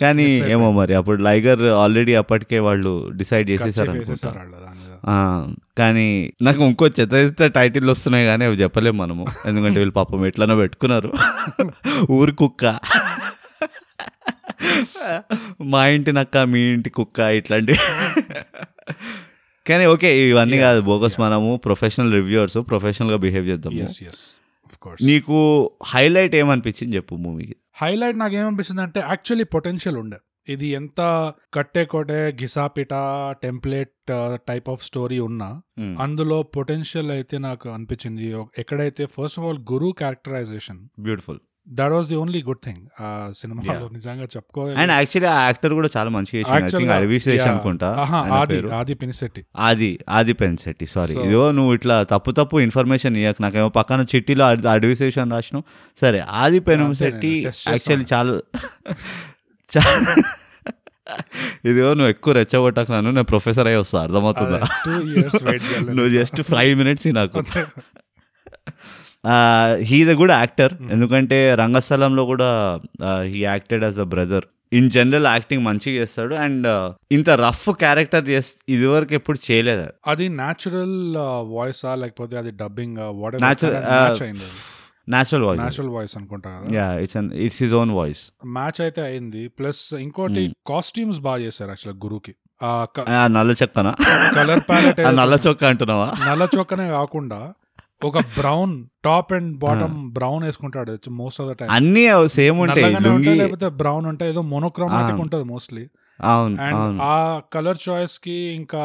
కానీ
Yes, sir.
ఏమో మరి అప్పుడు లైగర్ ఆల్రెడీ అప్పటికే వాళ్ళు డిసైడ్ చేసేసారు అనుకుంటా
వేసేసారు వాళ్ళు దాని మీద
ఆ, కానీ నాకు ఇంకో చెత్త చెత్త టైటిల్ వస్తున్నాయి కానీ అవి చెప్పలేము మనము ఎందుకంటే వీళ్ళు పాపం ఎట్లనో పెట్టుకున్నారు ఊరి కుక్క మా ఇంటి నక్క మీ ఇంటి కుక్క ఇట్లాంటి కానీ ఓకే ఇవన్నీ కాదు బోగస్ మనము ప్రొఫెషనల్ రివ్యూవర్స్ ప్రొఫెషనల్గా బిహేవ్ చేద్దాము
ఎస్ ఎస్ ఆఫ్ కోర్స్
నీకు హైలైట్ ఏమనిపించింది చెప్పు మూవీకి
హైలైట్ నాకు ఏమనిపిస్తుంది అంటే యాక్చువల్లీ పొటెన్షియల్ ఉండే ఇది ఎంత కట్టే కొట్టే గిసాపిట టెంప్లెట్ టైప్ ఆఫ్ స్టోరీ ఉన్నా
Hmm.
అందులో పొటెన్షియల్ అయితే నాకు అనిపించింది ఒక- ఎక్కడైతే first of all Guru characterization
beautiful
that was the only good thing ఆ సినిమాలో
Yeah.
నిజంగా
అండ్
చెప్పుకోవాలి
యాక్చువల్లీ ఆ యాక్టర్ కూడా చాలా మంచిగా చేసిండు ఐ థింక్ అడవిష్
Yeah.
అనుకుంటా
ఆహా,
ఆయన
ఆది
పేరు.
ఆది పినిశెట్టి
ఆది ఆది పెన్సెట్టి సారీ
So-
ఇదిగో నువ్వు ఇట్లా తప్పు తప్పు ఇన్ఫర్మేషన్ ఇవ్వక నాకేమో పక్కన చిట్టీలో అడ్- అడ్విసేషన్ రాసినావు సరే ఆది పెన్సెట్టి
అంతేనండి, test
యాక్చువల్లీ చాలా చాలా ఇదిగో నువ్వు ఎక్కువ రెచ్చగొట్టకు నన్ను నేను ప్రొఫెసర్ అయ్యి వస్తా అర్థమవుతుందా
టూ ఇయర్స్ వెయిట్ చేయాలి
నువ్వు జస్ట్ ఫైవ్ మినిట్స్ నాకు he the good actor
Hmm.
ఎందుకంటే రంగస్థలంలో కూడా he acted as the brother in general acting మంచిగా చేస్తాడు అండ్ ఇంత రఫ్ క్యారెక్టర్ చేస్ ఇదివరకు ఎప్పుడు చేయలేదు
అది న్యాచురల్ వాయిసా లేకపోతే అది dubbing what
Natural, uh,
match అయింది
నేచురల్ వాయిస్
న్యాచురల్ వాయిస్ అనుకుంటా కదా
యా ఇట్స్ అన్ it's his own voice
match అయితే అయింది ప్లస్ ఇంకోటి
Hmm.
కాస్ట్యూమ్స్ బాగా చేశారు యాక్చువల్ గురుకి ఆ
ఆ నల్ల చొక్కనా
కలర్ ప్యాలెట్
ఆ నల్ల చొక్క అంటున్నావా
నల్ల చొక్కనే కాకుండా ఒక brown top and bottom brown వేసుకుంటాడు మోస్ట్ ఆఫ్ ద టైం
అన్నీ సేమ్ Hmm. ఉంటాయి లుంగి
లేకపోతే బ్రౌన్ ఉంటాయి ఏదో మోనోక్రోమాటిక్
Ah.
ఉంటది మోస్ట్లీ
అవును
అండ్
అవును
ఆ కలర్ చాయిస్ కి ఇంకా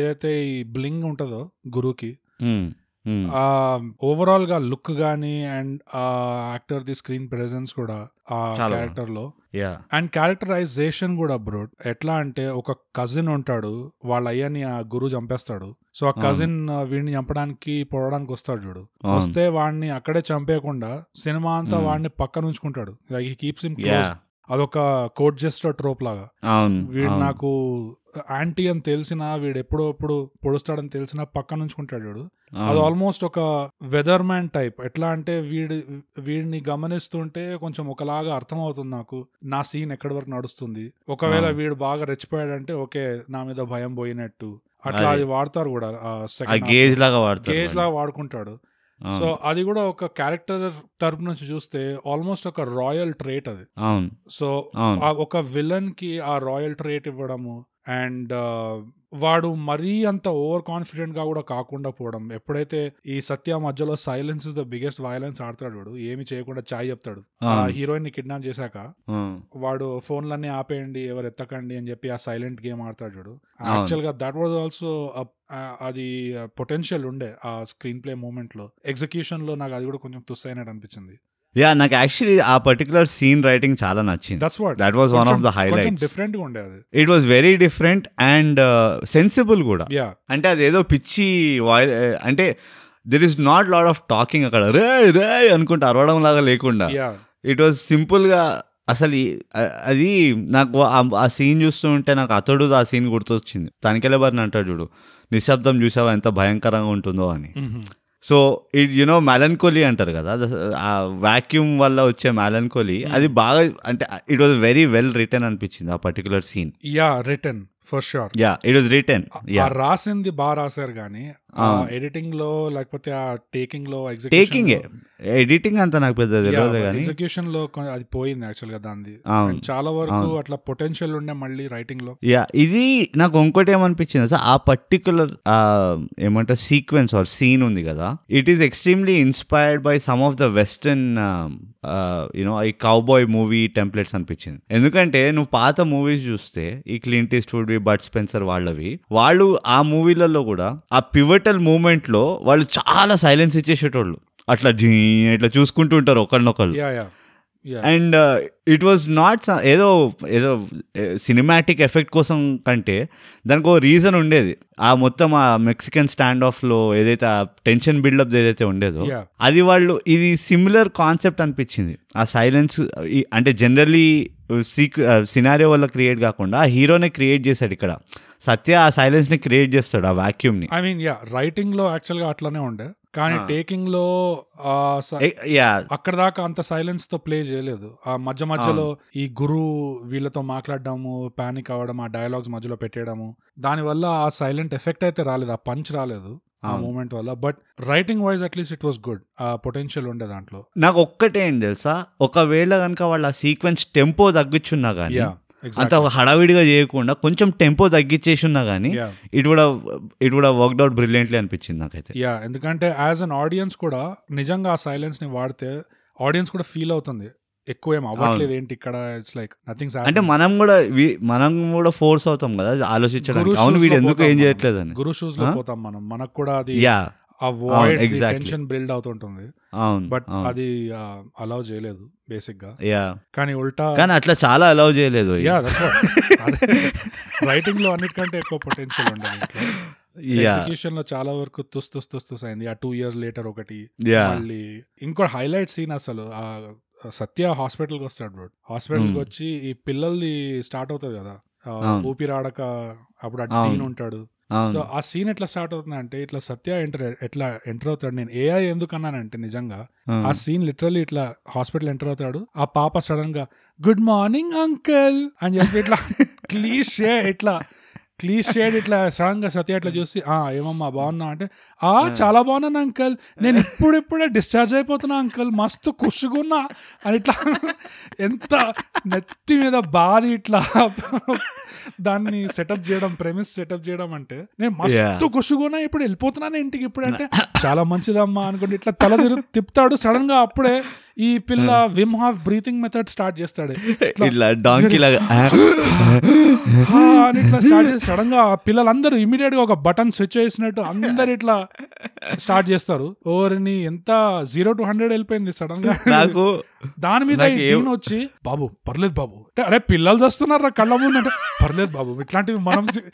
ఏదైతే ఈ బ్లింగ్ ఉంటదో గురుకి
ఉమ్, ఉమ్.
ఆ ఓవరాల్ గా లుక్ గానీ అండ్ ఆ యాక్టర్ ది స్క్రీన్ ప్రెసెన్స్ కూడా ఆ
చాలా.
క్యారెక్టర్ లో
Yeah.
అండ్ క్యారెక్టరైజేషన్ కూడా బ్రో ఎట్లా అంటే ఒక కజిన్ ఉంటాడు వాళ్ళ అయ్యని ఆ గురువు చంపేస్తాడు సో ఆ
అవును.
కజిన్ వీడిని చంపడానికి పోవడానికి వస్తాడు చూడు
అవును.
వస్తే వాడిని అక్కడే చంపేయకుండా సినిమా అంతా
Hmm.
వాడిని పక్కన ఉంచుకుంటాడు లైక్ ఈ కీప్స్ ఇన్
Yeah.
క్లోజ్ అదొక కోట్ జెస్టర్ ట్రోప్ లాగా
అవును
వీడు
అవును.
నాకు యాంటీ అని తెలిసినా వీడు ఎప్పుడో ఎప్పుడు పొడుస్తాడని తెలిసినా పక్కన ఉంచుకుంటాడు వీడు అది
అవును.
ఆల్మోస్ట్ ఒక వెదర్ మ్యాన్ టైప్ ఎట్లా అంటే వీడి వీడిని గమనిస్తుంటే కొంచెం ఒకలాగా అర్థమవుతుంది నాకు నా సీన్ ఎక్కడి వరకు నడుస్తుంది ఒకవేళ
ఆ.
వీడు బాగా రెచ్చిపోయాడంటే ఓకే నా మీద భయం పోయినట్టు అట్లా
అదే.
అది వాడతారు కూడా
ఆ గేజ్ లాగా వాడతారు
గేజ్ లాగా వాడుకుంటాడు
అవును,
సో అది కూడా ఒక క్యారెక్టర్ తరపు నుంచి చూస్తే ఆల్మోస్ట్ ఒక రాయల్ ట్రేట్ అది
అవును
సో
అవును
ఆ ఒక విలన్ కి ఆ రాయల్ ట్రేట్ ఇవ్వడము అండ్ వాడు మరీ అంత ఓవర్ కాన్ఫిడెంట్ గా కూడా కాకుండా పోవడం ఎప్పుడైతే ఈ సత్య మధ్యలో silence is the biggest violence ఆడతాడు వాడు ఏమి చేయకుండా ఛాయ్ చెప్తాడు ఆ
అవును. Hmm.
హీరోయిన్ ని కిడ్నాప్ చేశాక
అవును.
వాడు ఫోన్లన్నీ ఆపేయండి ఎవరు ఎత్తకండి అని చెప్పి ఆ సైలెంట్ గేమ్ ఆడతాడు చూడు
అవును.
యాక్చువల్ గా దట్ వాజ్ ఆల్సో అది పొటెన్షియల్ ఉండే ఆ స్క్రీన్ ప్లే మూమెంట్ లో ఎగ్జిక్యూషన్ లో నాకు అది కూడా కొంచెం తుస్ అయినట్టు అనిపించింది
యా నాకు యాక్చువల్లీ ఆ పర్టికులర్ సీన్ రైటింగ్ చాలా నచ్చింది
that's what
that was one of the
కొంచెం
హైలైట్స్
డిఫరెంట్ గా ఉండే అది
it was very different and sensible uh, కూడా
యా
అంటే అదేదో పిచ్చి వాయి అంటే there is not lot of talking అక్కడ రే రే అనుకుంటూ అరవడం లాగా లేకుండా
యా
ఇట్ వాజ్ సింపుల్గా అసలు ఈ- అ- అది నాకు ఆ- ఆ సీన్ చూస్తూ ఉంటే నాకు అతడు ఆ సీన్ గుర్తొచ్చింది తనకెళ్ళబారిని అంటాడు చూడు నిశ్శబ్దం చూసావా ఎంత భయంకరంగా ఉంటుందో అని సో ఇట్ యునో మ్యాలన్కోలీ అంటారు కదా ద- ఆ వాక్యూమ్ వల్ల వచ్చే మ్యాలన్కోలీ అది బాగా అంటే it was very well written అనిపించింది ఆ particular scene
yeah written for sure
yeah it was written yeah
ఆ రాసింది బాగా రాశారు కానీ
అవును.
ఎడిటింగ్ లో లేకపోతే ఆ టేకింగ్ లో
Taking ఏ. ఎడిటింగ్ అంతా నాకు పెద్ద తెలియదు కానీ
ఎగ్జిక్యూషన్ లో కొ- అది పోయింది యాక్చువల్ గా దాన్ని
అవును
చాలా వరకు
అవును.
అట్లా పొటెన్షియల్ ఉండే మళ్ళీ రైటింగ్ లో
యా ఇది నాకు ఇంకోటి ఏమనిపించింది సార్ ఆ పర్టికులర్ ఏమంటారు సీక్వెన్స్ ఆర్ సీన్ ఉంది కదా it is extremely inspired by some of the western you know ఈ కౌబాయ్ మూవీ టెంప్లెట్స్ అనిపించింది ఎందుకంటే నువ్వు పాత మూవీస్ చూస్తే ఈ క్లింట్ ఈస్ట్వుడ్ బర్డ్ స్పెన్సర్ వాళ్ళవి వాళ్ళు ఆ మూవీలలో కూడా ఆ పివటల్ మూమెంట్లో వాళ్ళు చాలా సైలెన్స్ ఇచ్చేసేటోళ్ళు అట్లా జీ ఇట్లా చూసుకుంటూ ఉంటారు ఒకరినొకరు
yeah yeah yeah
and it was not ఏదో ఏదో సినిమాటిక్ ఎఫెక్ట్ కోసం కంటే దానికి ఒక రీజన్ ఉండేది ఆ మొత్తం ఆ మెక్సికన్ స్టాండ్ ఆఫ్లో ఏదైతే ఆ టెన్షన్ బిల్డప్ ఏదైతే ఉండేదో
Yeah.
అది వాళ్ళు ఇది సిమిలర్ కాన్సెప్ట్ అనిపించింది ఆ సైలెన్స్ అంటే జనరలీ సీక్ సినారియో వల్ల క్రియేట్ కాకుండా ఆ హీరోనే క్రియేట్ చేశాడు ఇక్కడ సత్య ఆ సైలెన్స్ని క్రియేట్ చేస్తాడు ఆ వాక్యూమ్ని
ఐ మీన్ యా రైటింగ్ లో యాక్చువల్ గా అట్లానే ఉండే కానీ
ఆ.
టేకింగ్ లో ఆ స-
యా
అక్కడ దాకా అంత సైలెన్స్ తో ప్లే చేయలేదు ఆ మధ్య మధ్యలో ఈ గురు వీళ్ళతో మాట్లాడడము పానిక్ అవ్వడం ఆ డైలాగ్స్ మధ్యలో పెట్టేయడము దానివల్ల ఆ సైలెంట్ ఎఫెక్ట్ అయితే రాలేదు ఆ పంచ్ రాలేదు ఆ
అవును.
మూమెంట్ వల్ల but writing wise at least it was good ఆ పొటెన్షియల్ ఉండే దాంట్లో
నాకు ఒక్కటే ఏంటి తెలుసా ఒకవేళ కనుక వాళ్ళు ఆ సీక్వెన్స్ టెంపో తగ్గించున్నా కానీ
యా
అంత హడావిడిగా చేయకుండా కొంచెం టెంపో తగ్గించేసి ఉన్నా కానీ
యా
ఇట్ కూడా ఇట్ కూడా వర్క్డ్ అవుట్ బ్రిలియంట్లీ అనిపించింది నాకైతే
యా ఎందుకంటే యాజ్ అన్ ఆడియన్స్ కూడా నిజంగా ఆ సైలెన్స్ ని వాడితే ఆడియన్స్ కూడా ఫీల్ అవుతుంది ఎక్కువ ఏం అవ్వట్లేదు ఏంటి ఇక్కడ ఇట్స్ లైక్ నథింగ్
అంటే మనం కూడా వి- మనం కూడా ఫోర్స్ అవుతాం కదా ఆలోచించడానికి
గురు
అవును
shoes
వీడు
లో
ఎందుకు
పోతాం
ఏం
మనం.
చేయట్లేదు అని
గురు షూస్ లో
Huh?
పోతాం మనం మనకు కూడా అది
యా
ఆ void, the
exactly.
tension build అవుతుంటుంది
అవును
బట్
అవును.
అది అలౌ చేయలేదు బేసిక్ గా
యా
కానీ ఉల్టా
కానీ అట్లా చాలా అలౌ చేయలేదు
యా రైటింగ్ లో అన్నిటికంటే ఎక్కువ పొటెన్షియల్ ఉండదు
యా
ఎగ్జిక్యూషన్ లో చాలా వరకు తుస్ తుస్ తుస్ తుస్ అయింది ఆ టూ ఇయర్స్ లేటర్ ఒకటి
యా
మళ్ళీ ఇంకో హైలైట్ సీన్ అసలు ఆ సత్య హాస్పిటల్ కి వస్తాడు బ్రో హాస్పిటల్ కి
Hmm.
వచ్చి ఈ పిల్లల్ది స్టార్ట్ అవుతుంది కదా ఆ,
అవును.
ఊపిరాడక అప్పుడు ఆ
అవును.
టీన్ ఉంటాడు సో
అవును
ఆ సీన్ ఎట్లా స్టార్ట్ అవుతుంది అంటే ఇట్లా సత్య ఎంటర్ ఎట్లా ఎంటర్ అవుతాడు నేను ఏఐ ఎందుకు అన్నానంటే నిజంగా ఆ సీన్ లిటరలీ ఇట్లా హాస్పిటల్ ఎంటర్ అవుతాడు ఆ పాప సడన్ గా గుడ్ మార్నింగ్ అంకల్ అని చెప్పి ఇట్లా క్లీషే ఇట్లా క్లీషేడ్ ఇట్లా సడన్ గా సత్య ఇట్లా చూసి ఆ ఏమమ్మా బాగున్నా అంటే ఆ చాలా బాగున్నాను అంకల్ నేను ఇప్పుడిప్పుడే డిశ్చార్జ్ అయిపోతున్నా అంకల్ మస్తు కుషుగున్నా అని ఇట్లా ఎంత నెత్తి మీద బాధ ఇట్లా దాన్ని సెటప్ చేయడం ప్రెమిస్ సెటప్ చేయడం అంటే నేను మస్తు కుషుగున్నా ఇప్పుడు వెళ్ళిపోతున్నాను ఇంటికి ఇప్పుడు అంటే చాలా మంచిదమ్మా అనుకుంటే ఇట్లా తల తిరు తిప్పుతాడు సడన్ గా అప్పుడే ఈ పిల్ల Wim Hof breathing method start చేస్తాడు ఇట్లా
ఇట్లా డాంకీ లాగా
"హా" అని ఇట్లా స్టార్ట్ చేసి సడన్ గా ఆ పిల్లలందరూ ఇమీడియట్ గా ఒక బటన్ స్విచ్ చేసినట్టు అందరు ఇట్లా స్టార్ట్ చేస్తారు ఓరిని ఎంత జీరో టు హండ్రెడ్ వెళ్ళిపోయింది సడన్ గా
నాకు
దాని మీద
నాకు
ఈ
ఏం-
టీన్ వచ్చి బాబు పర్లేదు బాబు అంటే, అరే పిల్లలు చేస్తున్నారా కళ్ళ ముందు అంటే పర్లేదు బాబు ఇట్లాంటివి మనం చే-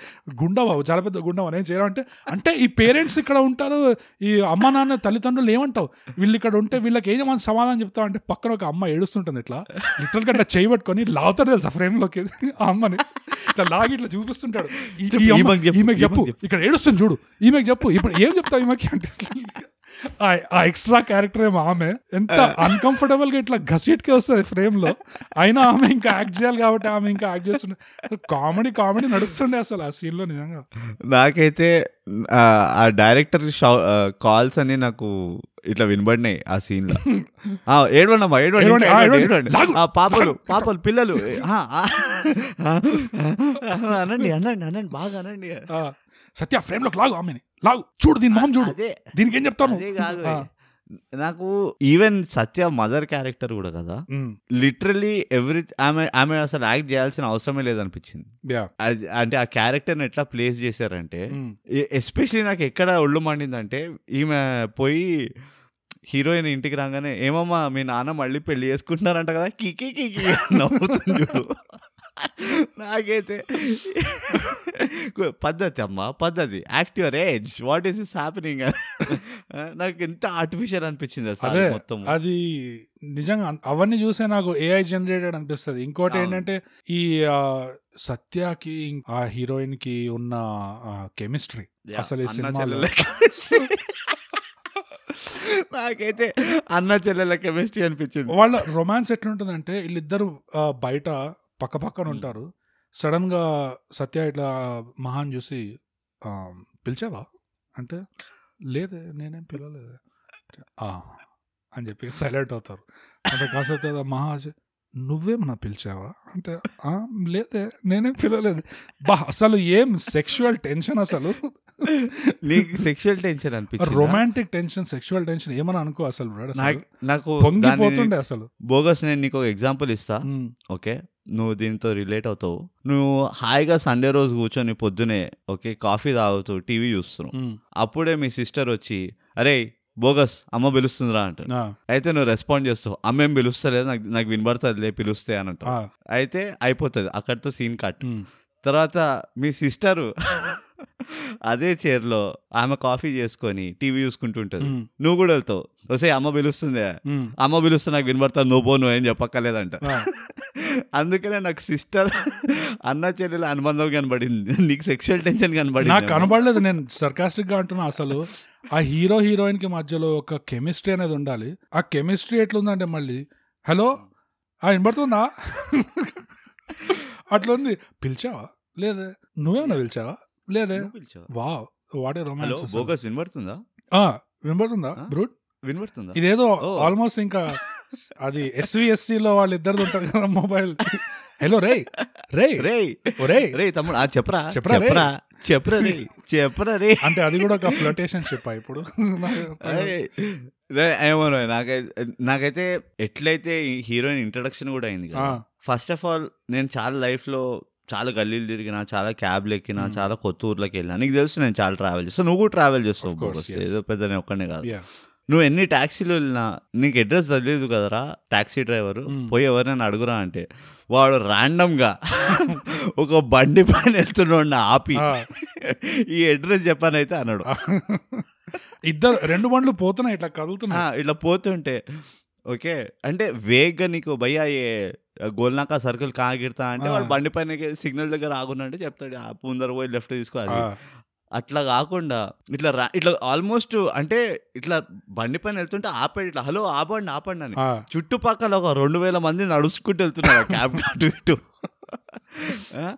గుండా బాబు చాలా పెద్ద గుండా మనం ఏం చేయడం అంటే అంటే ఈ పేరెంట్స్ ఇక్కడ ఉంటారు ఈ అమ్మ నాన్న తల్లిదండ్రులు ఏమంటావు వీళ్ళు ఇక్కడ ఉంటే వీళ్ళకి ఏం మనం సమాధానం చెప్తావు అంటే పక్కన ఒక అమ్మ ఏడుస్తుంటుంది ఇట్లా లిటరల్ గా ఇట్లా చేయబట్టుకొని లాగుతాడు తెలుసా ఫ్రేమ్ లోకి ఆ అమ్మని ఇట్లా లాగి ఇట్లా చూపిస్తుంటాడు ఈ- ఈ
చెప్పు,
అమ్మ-
ఈమెకి చెప్పు,
ఈమెకి చెప్పు
ఈమెకి చెప్పు.
ఇక్కడ ఏడుస్తుంది చూడు ఈమెకి చెప్పు ఇప్పుడు ఏం చెప్తావు ఈమెకి అంటే ఆ- ఆ ఎక్స్ట్రా క్యారెక్టర్ ఏమో ఆమె ఎంత అన్కంఫర్టబుల్ గా ఇట్లా ఘసీట్కి వస్తుంది ఫ్రేమ్ లో అయినా ఆమె ఇంకా యాక్ట్ చేయాలి కాబట్టి ఆమె ఇంకా యాక్ట్ చేస్తుండే కామెడీ కామెడీ నడుస్తుండే అసలు ఆ సీన్ లో నిజంగా
నాకైతే ఆ, ఆ డైరెక్టర్ షౌ- ఆ, కాల్స్ అని నాకు ఇట్లా వినబడినాయి ఆ సీన్ లో ఆ, ఏడవండి అమ్మా, ఏడవండి,
ఏడవండి,
ఇంకా
ఆ,
ఏడవండి,
ఏడవండి.
ఏడవండి.
లాగు,
ఆ, పాపలు పాపలు పిల్లలు ఆ, ఆ, ఆ, అనండి అనండి అనండి బాగా అనండి
ఆ, సత్య ఫ్రేమ్ లోకి లాగు ఆమెని లాగు చూడు దీని మొహం చూడు
అదే
దీనికి ఏం చెప్తాను
అదే కాదు
ఆ,
నాకు ఈవెన్ సత్య మదర్ క్యారెక్టర్ కూడా కదా
ఉమ్,
లిటరలీ ఎవ్రీ ఆమె ఆమె అసలు యాక్ట్ చేయాల్సిన అవసరమే లేదనిపించింది
యా,
అది- అంటే ఆ క్యారెక్టర్ని ఎట్లా ప్లేస్ చేశారంటే
ఉమ్,
ఎస్పెషలీ నాకు ఎక్కడ ఒళ్ళు మండిందంటే ఈమె పోయి హీరోయిన్ ఇంటికి రాగానే ఏమమ్మా మీ నాన్న మళ్ళీ పెళ్లి చేసుకుంటున్నారంట కదా కికి కికి అని నవ్వుతుంది చూడు నాకైతే పద్ధతి అమ్మా పద్ధతి act your age what is is happening నాకు ఎంత ఆర్టిఫిషియల్ అనిపించింది అసలు
అదే
మొత్తం
అది నిజంగా అన్- అవన్నీ చూసే నాకు ఏఐ జనరేటెడ్ అనిపిస్తుంది ఇంకోటి
అవును.
ఏంటంటే ఈ ఆ, సత్యకి ఇం- ఆ హీరోయిన్ కి ఉన్న కెమిస్ట్రీ అసలు ఈ
అన్న
సినిమాలో
చెల్లెల chemistry. నాకైతే అన్న చెల్లెల కెమిస్ట్రీ అనిపించింది
వాళ్ళ రొమాన్స్ ఎట్లుంటుందంటే వీళ్ళిద్దరు ఆ, బయట పక్క పక్కన
Hmm.
ఉంటారు సడన్ గా సత్య ఇట్లా మహాన్ చూసి ఆ, పిలిచావా అంటే లేదే నేనేం పిలవలేదు "ఆ" అని చెప్పి సైలెంట్ అవుతారు అంటే కాసేపు తర్వాత మహాజ్ నువ్వేమన్నా పిలిచావా అంటే "ఆ, లేదే నేనేం పిలవలేదు బా అసలు ఏం సెక్షువల్ టెన్షన్ అసలు
నీకు సెక్షువల్ టెన్షన్ అనిపించింది
రొమాంటిక్ టెన్షన్ సెక్షువల్ టెన్షన్ ఏమని అనుకో అసలు బ్రదర్ అసలు.
నాకు
పొంగిపోతుండే అసలు
బోగస్ నేను నీకు ఒక ఎగ్జాంపుల్ ఇస్తా
ఉమ్,
ఓకే నువ్వు దీంతో రిలేట్ అవుతావు నువ్వు హాయిగా సండే రోజు కూర్చొని పొద్దునే ఓకే కాఫీ తాగుతూ టీవీ చూస్తున్నావు
ఉమ్,
అప్పుడే మీ సిస్టర్ వచ్చి అరే బోగస్ అమ్మ పిలుస్తుందిరా అంట
ఆ,
అయితే నువ్వు రెస్పాండ్ చేస్తావు అమ్మ ఏం పిలుస్తలేదు నాకు నాకు వినబడుతుందిలే పిలుస్తే అని అంటావు
ఆ,
అయితే అయిపోతుంది అక్కడితో సీన్ కట్
ఉమ్,
తర్వాత మీ సిస్టరు అదే చైర్లో ఆమె కాఫీ చేసుకొని టీవీ చూసుకుంటుంటుంది
ఉమ్,
నువ్వు కూడా వెళ్తావు వస్తే అమ్మ పిలుస్తుందే
ఉమ్,
అమ్మ పిలుస్తే నాకు వినబడతా నువ్వు పో నువ్వేం చెప్పక్కర్లేదంట
ఆ.
అందుకనే నాకు సిస్టర్ అన్న చెల్లెల అనుబంధం కనబడింది నీకు సెక్షువల్ టెన్షన్
నాకు
కనబడింది
కనబడలేదు నేను సర్కాస్టిక్ గా అంటున్నా అసలు ఆ హీరో హీరోయిన్ కి మధ్యలో ఒక కెమిస్ట్రీ అనేది ఉండాలి ఆ కెమిస్ట్రీ ఎట్లుందంటే మళ్ళీ హలో ఆ వినబడుతుందా అట్లా ఉంది పిలిచావా లేదే నువ్వేమన్నా పిలిచావా లేదే
నువ్వు పిలిచావా?
వా వాడే
హలో
రొమాన్స్
బోగస్ వినబడుతుందా
వినబడుతుందా
ఆ?
బ్రూట్
వినబడుతుందా
ఇదేదో
ఓ.
ఆల్మోస్ట్ ఇంకా స్- అది ఎస్విఎస్సి లో వాళ్ళిద్దరిది ఉంటారు కదా మొబైల్ హలో రే రే
రే
రే
రే తమ్ముడు ఆ చెప్పరా
చెప్పరా రే?
చెప్పరా చెప్పరా రే చెప్పరా రే
అంటే అది కూడా ఒక ఫ్లటేషన్ షిప్ ఇప్పుడు
అరే, రే, ఏమో రే, నాకైతే నాకైతే ఎట్లయితే హీరోయిన్ ఇంట్రడక్షన్ కూడా అయింది కదా
ఆ,
ఫస్ట్ ఆఫ్ ఆల్ నేను చాలా లైఫ్లో చాలా గల్లీలు తిరిగిన చాలా క్యాబ్లు ఎక్కిన
Hmm.
చాలా కొత్త ఊర్లోకి వెళ్ళినా నీకు తెలుసు నేను చాలా ట్రావెల్ చేస్తాను నువ్వు కూడా ట్రావెల్ చేస్తావు
Of course,
బోగస్.
yes.
ఏదో పెద్ద నేను ఒక్కనే కాదు
yeah.
నువ్వు ఎన్ని ట్యాక్సీలు వెళ్ళినా నీకు అడ్రస్ తెలియదు కదరా ట్యాక్సీ డ్రైవర్
Hmm.
పోయి ఎవరినైనా అడుగురా అంటే వాడు random గా ఒక బండి పైన వెళ్తున్నాడు ఆపి
ఆ.
ఈ అడ్రస్ చెప్పానైతే అన్నాడు
ఇద్దరు రెండు బండ్లు పోతున్నాయి ఇట్లా
ఆ,
కదులుతున్నాయి
ఇట్లా పోతుంటే ఓకే అంటే వేగ్గా నీకు భయ్యా ఏ గోల్నాక సర్కిల్ కాగిడతా అంటే
ఆ.
వాడు బండి పైన సిగ్నల్ దగ్గర ఆగున్నాంటే చెప్తాడు ఆ ముందర పోయి లెఫ్ట్ తీసుకోవాలి
ఆ,
అట్లా కాకుండా ఇట్లా రా- ఇట్లా ఆల్మోస్ట్ అంటే ఇట్లా బండి పైన వెళ్తుంటే ఆపాడు ఇట్లా హలో ఆపండి ఆపండి అని
ఆ,
చుట్టుపక్కల ఒక రెండు వేల మంది నడుచుకుంటూ వెళ్తున్నారు ఆ క్యాబ్ అటు ఇటు ఆ?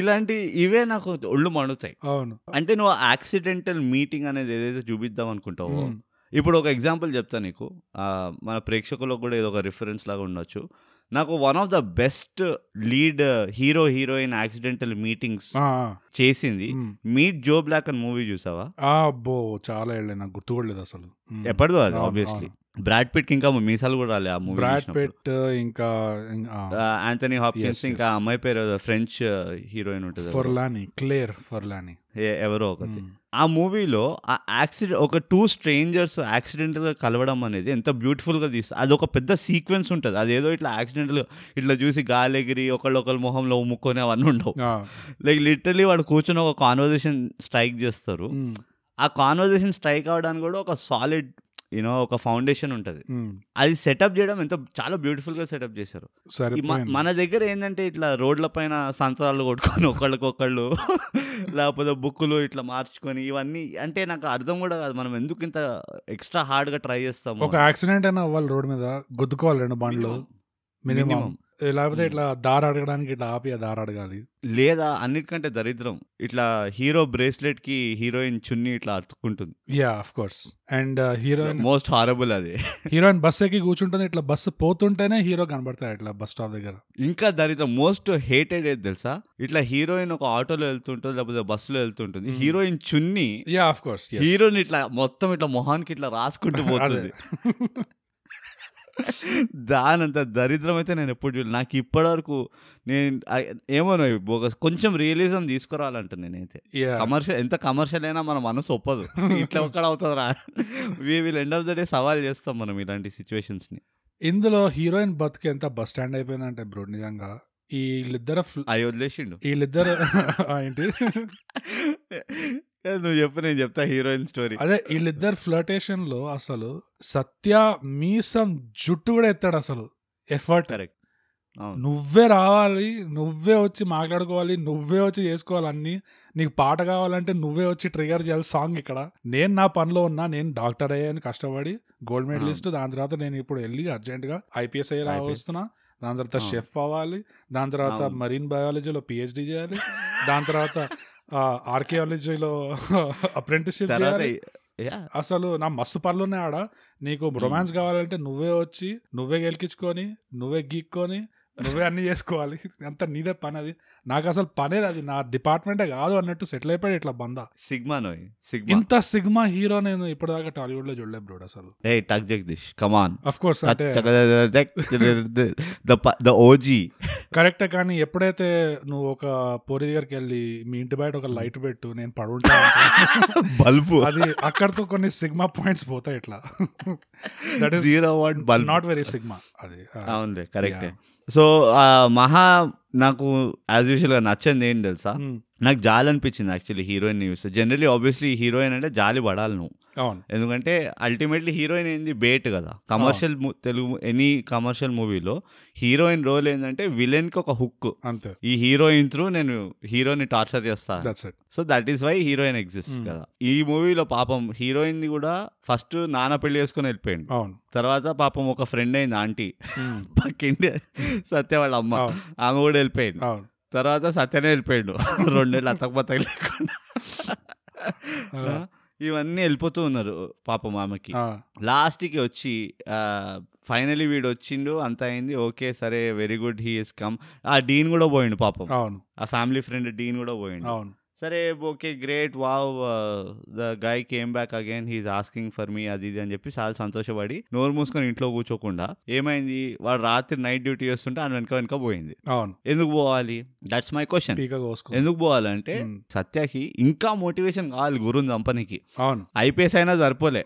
ఇలాంటి ఇవే నాకు ఒళ్ళు మండుతాయి
అవును
అంటే నువ్వు యాక్సిడెంటల్ మీటింగ్ అనేది ఏదైతే చూపిద్దాం అనుకుంటావో
ఉమ్,
ఇప్పుడు ఒక ఎగ్జాంపుల్ చెప్తా నీకు ఆ, మన ప్రేక్షకులకు కూడా ఇది ఒక రిఫరెన్స్ లాగా ఉండొచ్చు నాకు one of the best lead hero heroine accidental meetings
ఆ,
చేసింది
ఉమ్.
మీట్ జో బ్లాక్ అని మూవీ చూసావా
ఆ, అబ్బో చాలా వెళ్ళే నాకు గుర్తు కూడా లేదు అసలు ఉమ్.
ఎప్పటిదో అది
అవును,
ఆబ్వియస్లీ బ్రాడ్ పిట్ ఇంకా మీసాలు కూడా రాలే ఆ మూవీ
బ్రాడ్ పిట్ ఇంకా ఇంకా, ఆ,
యాంథనీ హాప్కిన్స్
Yes,
ఇంకా
yes.
అమ్మాయి పేరు ఫ్రెంచ్ హీరోయిన్ ఉంటుంది ఎవరో.
ఫర్లాని క్లేర్ ఫర్లాని
ఏ- ఎవరో ఒకటి
ఉమ్,
ఆ మూవీలో ఆ యాక్సిడెంట్ ఒక టూ స్ట్రేంజర్స్ యాక్సిడెంటల్గా కలవడం అనేది ఎంత బ్యూటిఫుల్గా తీస్తుంది అది ఒక పెద్ద సీక్వెన్స్ ఉంటుంది అదేదో ఇట్లా యాక్సిడెంటల్గా ఇట్లా చూసి గాలి ఎగిరి ఒకళ్ళొకళ్ళ మొహంలో ఉమ్ముకొని అవన్నీ ఉండవు
ఆ,
లైక్ లిటరలీ వాడు కూర్చొని ఒక కాన్వర్జేషన్ స్ట్రైక్ చేస్తారు
ఉమ్,
ఆ కాన్వర్జేషన్ స్ట్రైక్ అవడానికి కూడా ఒక సాలిడ్ యూనో ఒక ఫౌండేషన్ ఉంటుంది
ఉమ్.
అది సెటప్ చేయడం ఎంత చాలా బ్యూటిఫుల్గా సెటప్ చేశారు
సరే
ఈ మ- మన దగ్గర ఏంటంటే ఇట్లా రోడ్ల పైన సంతరాలు కొట్టుకొని ఒకళ్ళకొకళ్ళు లేకపోతే బుక్కులు ఇట్లా మార్చుకొని ఇవన్నీ అంటే నాకు అర్థం కూడా కాదు మనం ఎందుకు ఇంత ఎక్స్ట్రా హార్డ్గా ట్రై చేస్తాము
ఒక యాక్సిడెంట్ అయినా అవ్వాలి రోడ్ మీద గుద్దుకోవాలి రెండు బండ్లు
Minimum.
Minimum
Minimum. Hmm.
లేకపోతే
ఉమ్.
ఇట్లా దారి అడగడానికి ఇట్లా ఆపి ఆ దారి అడగాలి
లేదా అన్నిటికంటే దరిద్రం ఇట్లా హీరో బ్రేస్లెట్ కి హీరోయిన్ చున్ని ఇట్లా అతుక్కుంటుంది
yeah of course and heroine
most horrible అది
హీరోయిన్ బస్ ఎక్కి కూర్చుంటుంది ఇట్లా బస్సు పోతుంటేనే హీరో కనబడతాడు ఇట్లా బస్ స్టాప్ దగ్గర
ఇంకా దరిద్రం మోస్ట్ హేటెడ్ ఏది తెలుసా ఇట్లా హీరోయిన్ ఒక ఆటోలో వెళ్తుంటుంది లేకపోతే బస్సులో వెళ్తుంటుంది
Mm.
హీరోయిన్ చున్ని
యా ఆఫ్ కోర్స్
హీరోని ఇట్లా మొత్తం ఇట్లా మొహానికి ఇట్లా రాసుకుంటూ పోతుంది దానంత దరిద్రం అయితే నేను ఎప్పుడు చూడలేదు నాకు ఇప్పటివరకు నేను ఆ- ఏమో బోగస్ కొంచెం రియలిజం తీసుకురావాలంట నేనైతే కమర్షియల్ ఎంత కమర్షియల్ అయినా మన మనసు ఒప్పదు ఇట్లా ఒక్కడ అవుతుందిరా we will end of the day సవాల్ చేస్తాం మనం ఇలాంటి సిచ్యువేషన్స్ ని
ఇందులో హీరోయిన్ బతుకు ఎంత బస్ స్టాండ్ అయిపోయిందంటే బ్రో నిజంగా ఈ వీళ్ళిద్దరు ఫ్ల-
అవి వదిలేసిండు
వీళ్ళిద్దరు ఆ, ఏంటి
నువ్వు చెప్పు నేను చెప్తా హీరోయిన్ స్టోరీ
అదే వీళ్ళిద్దరు ఫ్లటేషన్ లో అసలు సత్య మీసం జుట్టు కూడా ఎత్తాడు అసలు ఎఫర్ట్
కరెక్ట్ అవును
నువ్వే రావాలి నువ్వే వచ్చి మాట్లాడుకోవాలి నువ్వే వచ్చి చేసుకోవాలి అన్ని నీకు పాట కావాలంటే నువ్వే వచ్చి ట్రిగర్ చేయాలి సాంగ్ ఇక్కడ నేను నా పనిలో ఉన్నా నేను డాక్టర్ అయ్యాను కష్టపడి గోల్డ్ మెడలిస్ట్ దాని తర్వాత నేను ఇప్పుడు వెళ్ళి అర్జెంటుగా ఐపీఎస్ అయ్యి
IPS.
రావస్తున్నా దాని తర్వాత
అవును.
షెఫ్ అవ్వాలి దాని తర్వాత
అవును.
మరీన్ బయాలజీలో పిహెచ్డి చేయాలి దాని తర్వాత ఆర్కియాలజీలో అప్రెంటిస్షిప్
తర్వాత
చేయాలి
యా
అసలు నా మస్తు పనులు ఉన్నాయి ఆడ నీకు రొమాన్స్ కావాలంటే నువ్వే వచ్చి నువ్వే గెలికించుకొని నువ్వే గీక్కొని నువ్వే అన్ని చేసుకోవాలి అంత నీదే పని అది నాకు అసలు పనే అది నా డిపార్ట్మెంటే కాదు అన్నట్టు సెటిల్ అయిపోయాడు ఇట్లా బంద
సిగ్మా నోయ్ సిగ్మా
ఇంత సిగ్మా హీరో నేను ఇప్పటిదాకా టాలీవుడ్ లో చూడలేదు బ్రోడ్ అసలు
ఏ టక్ జగదీష్ కమాన్
అఫ్ కోర్స్ అంటే
ద ఓజీ
కరెక్టే కానీ ఎప్పుడైతే నువ్వు ఒక పోరి దగ్గరికి వెళ్ళి మీ ఇంటి బయట ఒక లైట్ పెట్టు నేను పడుంటా అంటే
బల్బు
అది అక్కడతో కొన్ని సిగ్మా పాయింట్స్ పోతాయి ఇట్లా that is
zero watt bulb
not very sigma అది ఆ,
అవునులే కరెక్టే
Yeah.
సో ఆ, మహా నాకు యాజ్ యూజువల్ గా నచ్చింది ఏంటి తెలుసా
మ్,
నాకు జాలి అనిపించింది యాక్చువల్లీ హీరోయిన్ చూస్తే జనరలీ ఆబ్వియస్లీ హీరోయిన్ అంటే జాలి పడాలి నువ్వు
అవును
ఎందుకంటే అల్టిమేట్లీ హీరోయిన్ ఏంది బేట్ కదా కమర్షియల్ తెలుగు ఎనీ కమర్షియల్ మూవీలో హీరోయిన్ రోల్ ఏంటంటే విలన్కి ఒక హుక్
అంతే
ఈ హీరోయిన్ త్రూ నేను హీరోని టార్చర్ చేస్తాను
that's it
so that is why heroine exist
Hmm.
కదా ఈ మూవీలో పాపం హీరోయిన్ కూడా ఫస్ట్ నాన్న పెళ్లి చేసుకుని వెళ్ళిపోయింది
అవును
తర్వాత పాపం ఒక ఫ్రెండ్ అయింది ఆంటీ
మ్,
పక్కింటి సత్య వాళ్ళ అమ్మ
అవును
ఆమె కూడా వెళ్ళిపోయింది
అవును
తర్వాత సత్యనే వెళ్ళిపోయాడు రెండు నెలలు అతకపోతకి లేకుండా
ఆ,
ఇవన్నీ వెళ్ళిపోతూ ఉన్నారు పాపం ఆమెకి
ఆ,
లాస్ట్కి వచ్చి ఫైనలీ వీడు వచ్చిండు అంత అయింది ఓకే సరే very good he is come ఆ డీన్ కూడా పోయిండు పాపం
అవును
ఆ ఫ్యామిలీ ఫ్రెండ్ డీన్ కూడా పోయిండు
అవును
సరే okay great wow the guy came back again he's asking for me అది ఇది అని చెప్పి చాలా సంతోషపడి నోరు మూసుకొని ఇంట్లో కూర్చోకుండా ఏమైంది వాడు రాత్రి నైట్ డ్యూటీ చేస్తుంటే ఆయన వెనక వెనక పోయింది
అవును
ఎందుకు పోవాలి దట్స్ మై క్వశ్చన్
పీక కోసుకో Hmm.
ఎందుకు పోవాలంటే
మ్,
సత్యకి ఇంకా మోటివేషన్ కావాలి గురుని చంపనికి
అవును
ఐపీఎస్ అయినా సరిపోలే